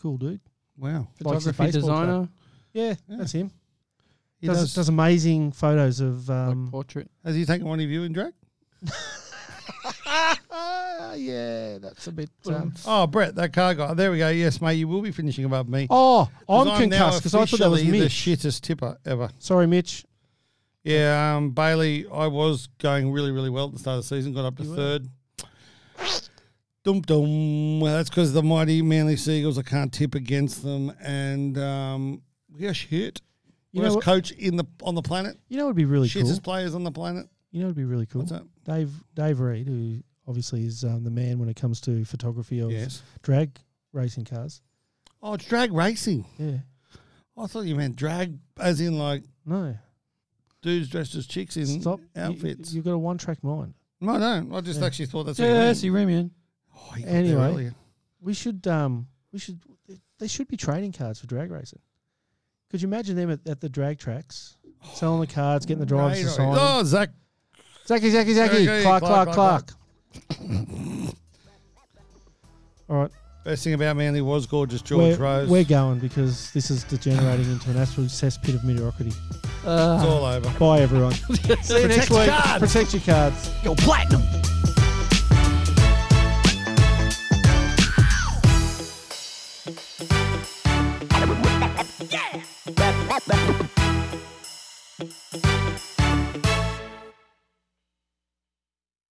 [SPEAKER 3] Cool dude.
[SPEAKER 2] Wow,
[SPEAKER 3] Likes the
[SPEAKER 4] Photography
[SPEAKER 3] baseball cap.
[SPEAKER 4] designer,
[SPEAKER 3] Yeah,
[SPEAKER 2] Yeah.
[SPEAKER 3] that's him.
[SPEAKER 2] he
[SPEAKER 3] does,
[SPEAKER 2] does.
[SPEAKER 3] does amazing photos of.
[SPEAKER 4] like
[SPEAKER 3] Um,
[SPEAKER 4] portrait.
[SPEAKER 2] Has he taken one of you in drag?
[SPEAKER 3] yeah, that's a bit. um,
[SPEAKER 2] Oh, Brett, that car guy. There we go. Yes, mate, you will be finishing above me.
[SPEAKER 3] oh,
[SPEAKER 2] 'Cause
[SPEAKER 3] I'm,
[SPEAKER 2] now
[SPEAKER 3] concussed because I thought that was
[SPEAKER 2] officially
[SPEAKER 3] Mitch.
[SPEAKER 2] the shittest tipper ever.
[SPEAKER 3] Sorry, Mitch.
[SPEAKER 2] Yeah, um, Bailey, I was going really, really well at the start of the season, got up to
[SPEAKER 3] You were.
[SPEAKER 2] third. Dum dum. Well, that's because the mighty Manly Seagulls. I can't tip against them, and um, we are shit.
[SPEAKER 3] You know
[SPEAKER 2] Worst
[SPEAKER 3] what-
[SPEAKER 2] coach in the on the planet.
[SPEAKER 3] You know, it'd be really
[SPEAKER 2] Shittest
[SPEAKER 3] cool.
[SPEAKER 2] players on the planet.
[SPEAKER 3] You know, it'd be really cool.
[SPEAKER 2] What's that?
[SPEAKER 3] Dave Dave Reed, who obviously is um, the man when it comes to photography of
[SPEAKER 2] Yes.
[SPEAKER 3] drag racing cars.
[SPEAKER 2] Oh, it's drag racing.
[SPEAKER 3] Yeah.
[SPEAKER 2] I thought you meant drag, as in like
[SPEAKER 3] No.
[SPEAKER 2] dudes dressed as chicks in
[SPEAKER 3] Stop. You-
[SPEAKER 2] outfits.
[SPEAKER 3] You, have got a one track mind.
[SPEAKER 2] no, no. I just
[SPEAKER 3] Yeah.
[SPEAKER 2] actually thought that's what you
[SPEAKER 4] Yeah,
[SPEAKER 2] meant.
[SPEAKER 4] see Remian.
[SPEAKER 2] Oh, you got there
[SPEAKER 3] Anyway.
[SPEAKER 2] earlier.
[SPEAKER 3] We should. Um. We should. They should be trading cards for drag racing. Could you imagine them at, at the drag tracks, selling the cards, getting the drivers to
[SPEAKER 2] Great
[SPEAKER 3] sign?
[SPEAKER 2] idea.
[SPEAKER 3] them?
[SPEAKER 2] Oh, Zach
[SPEAKER 3] Zachy, Zachy, Zachy.
[SPEAKER 2] Okay,
[SPEAKER 3] Clark,
[SPEAKER 2] Clark,
[SPEAKER 3] Clark,
[SPEAKER 2] Clark,
[SPEAKER 3] Clark. [coughs] All right,
[SPEAKER 2] Best thing about Manly was gorgeous George
[SPEAKER 3] we're,
[SPEAKER 2] Rose.
[SPEAKER 3] we're going because this is degenerating into an absolute cesspit of mediocrity.
[SPEAKER 2] it's
[SPEAKER 4] Uh,
[SPEAKER 2] all over.
[SPEAKER 3] Bye,
[SPEAKER 4] [laughs]
[SPEAKER 3] everyone.
[SPEAKER 4] see you next
[SPEAKER 3] Protect your cards.
[SPEAKER 4] Go platinum.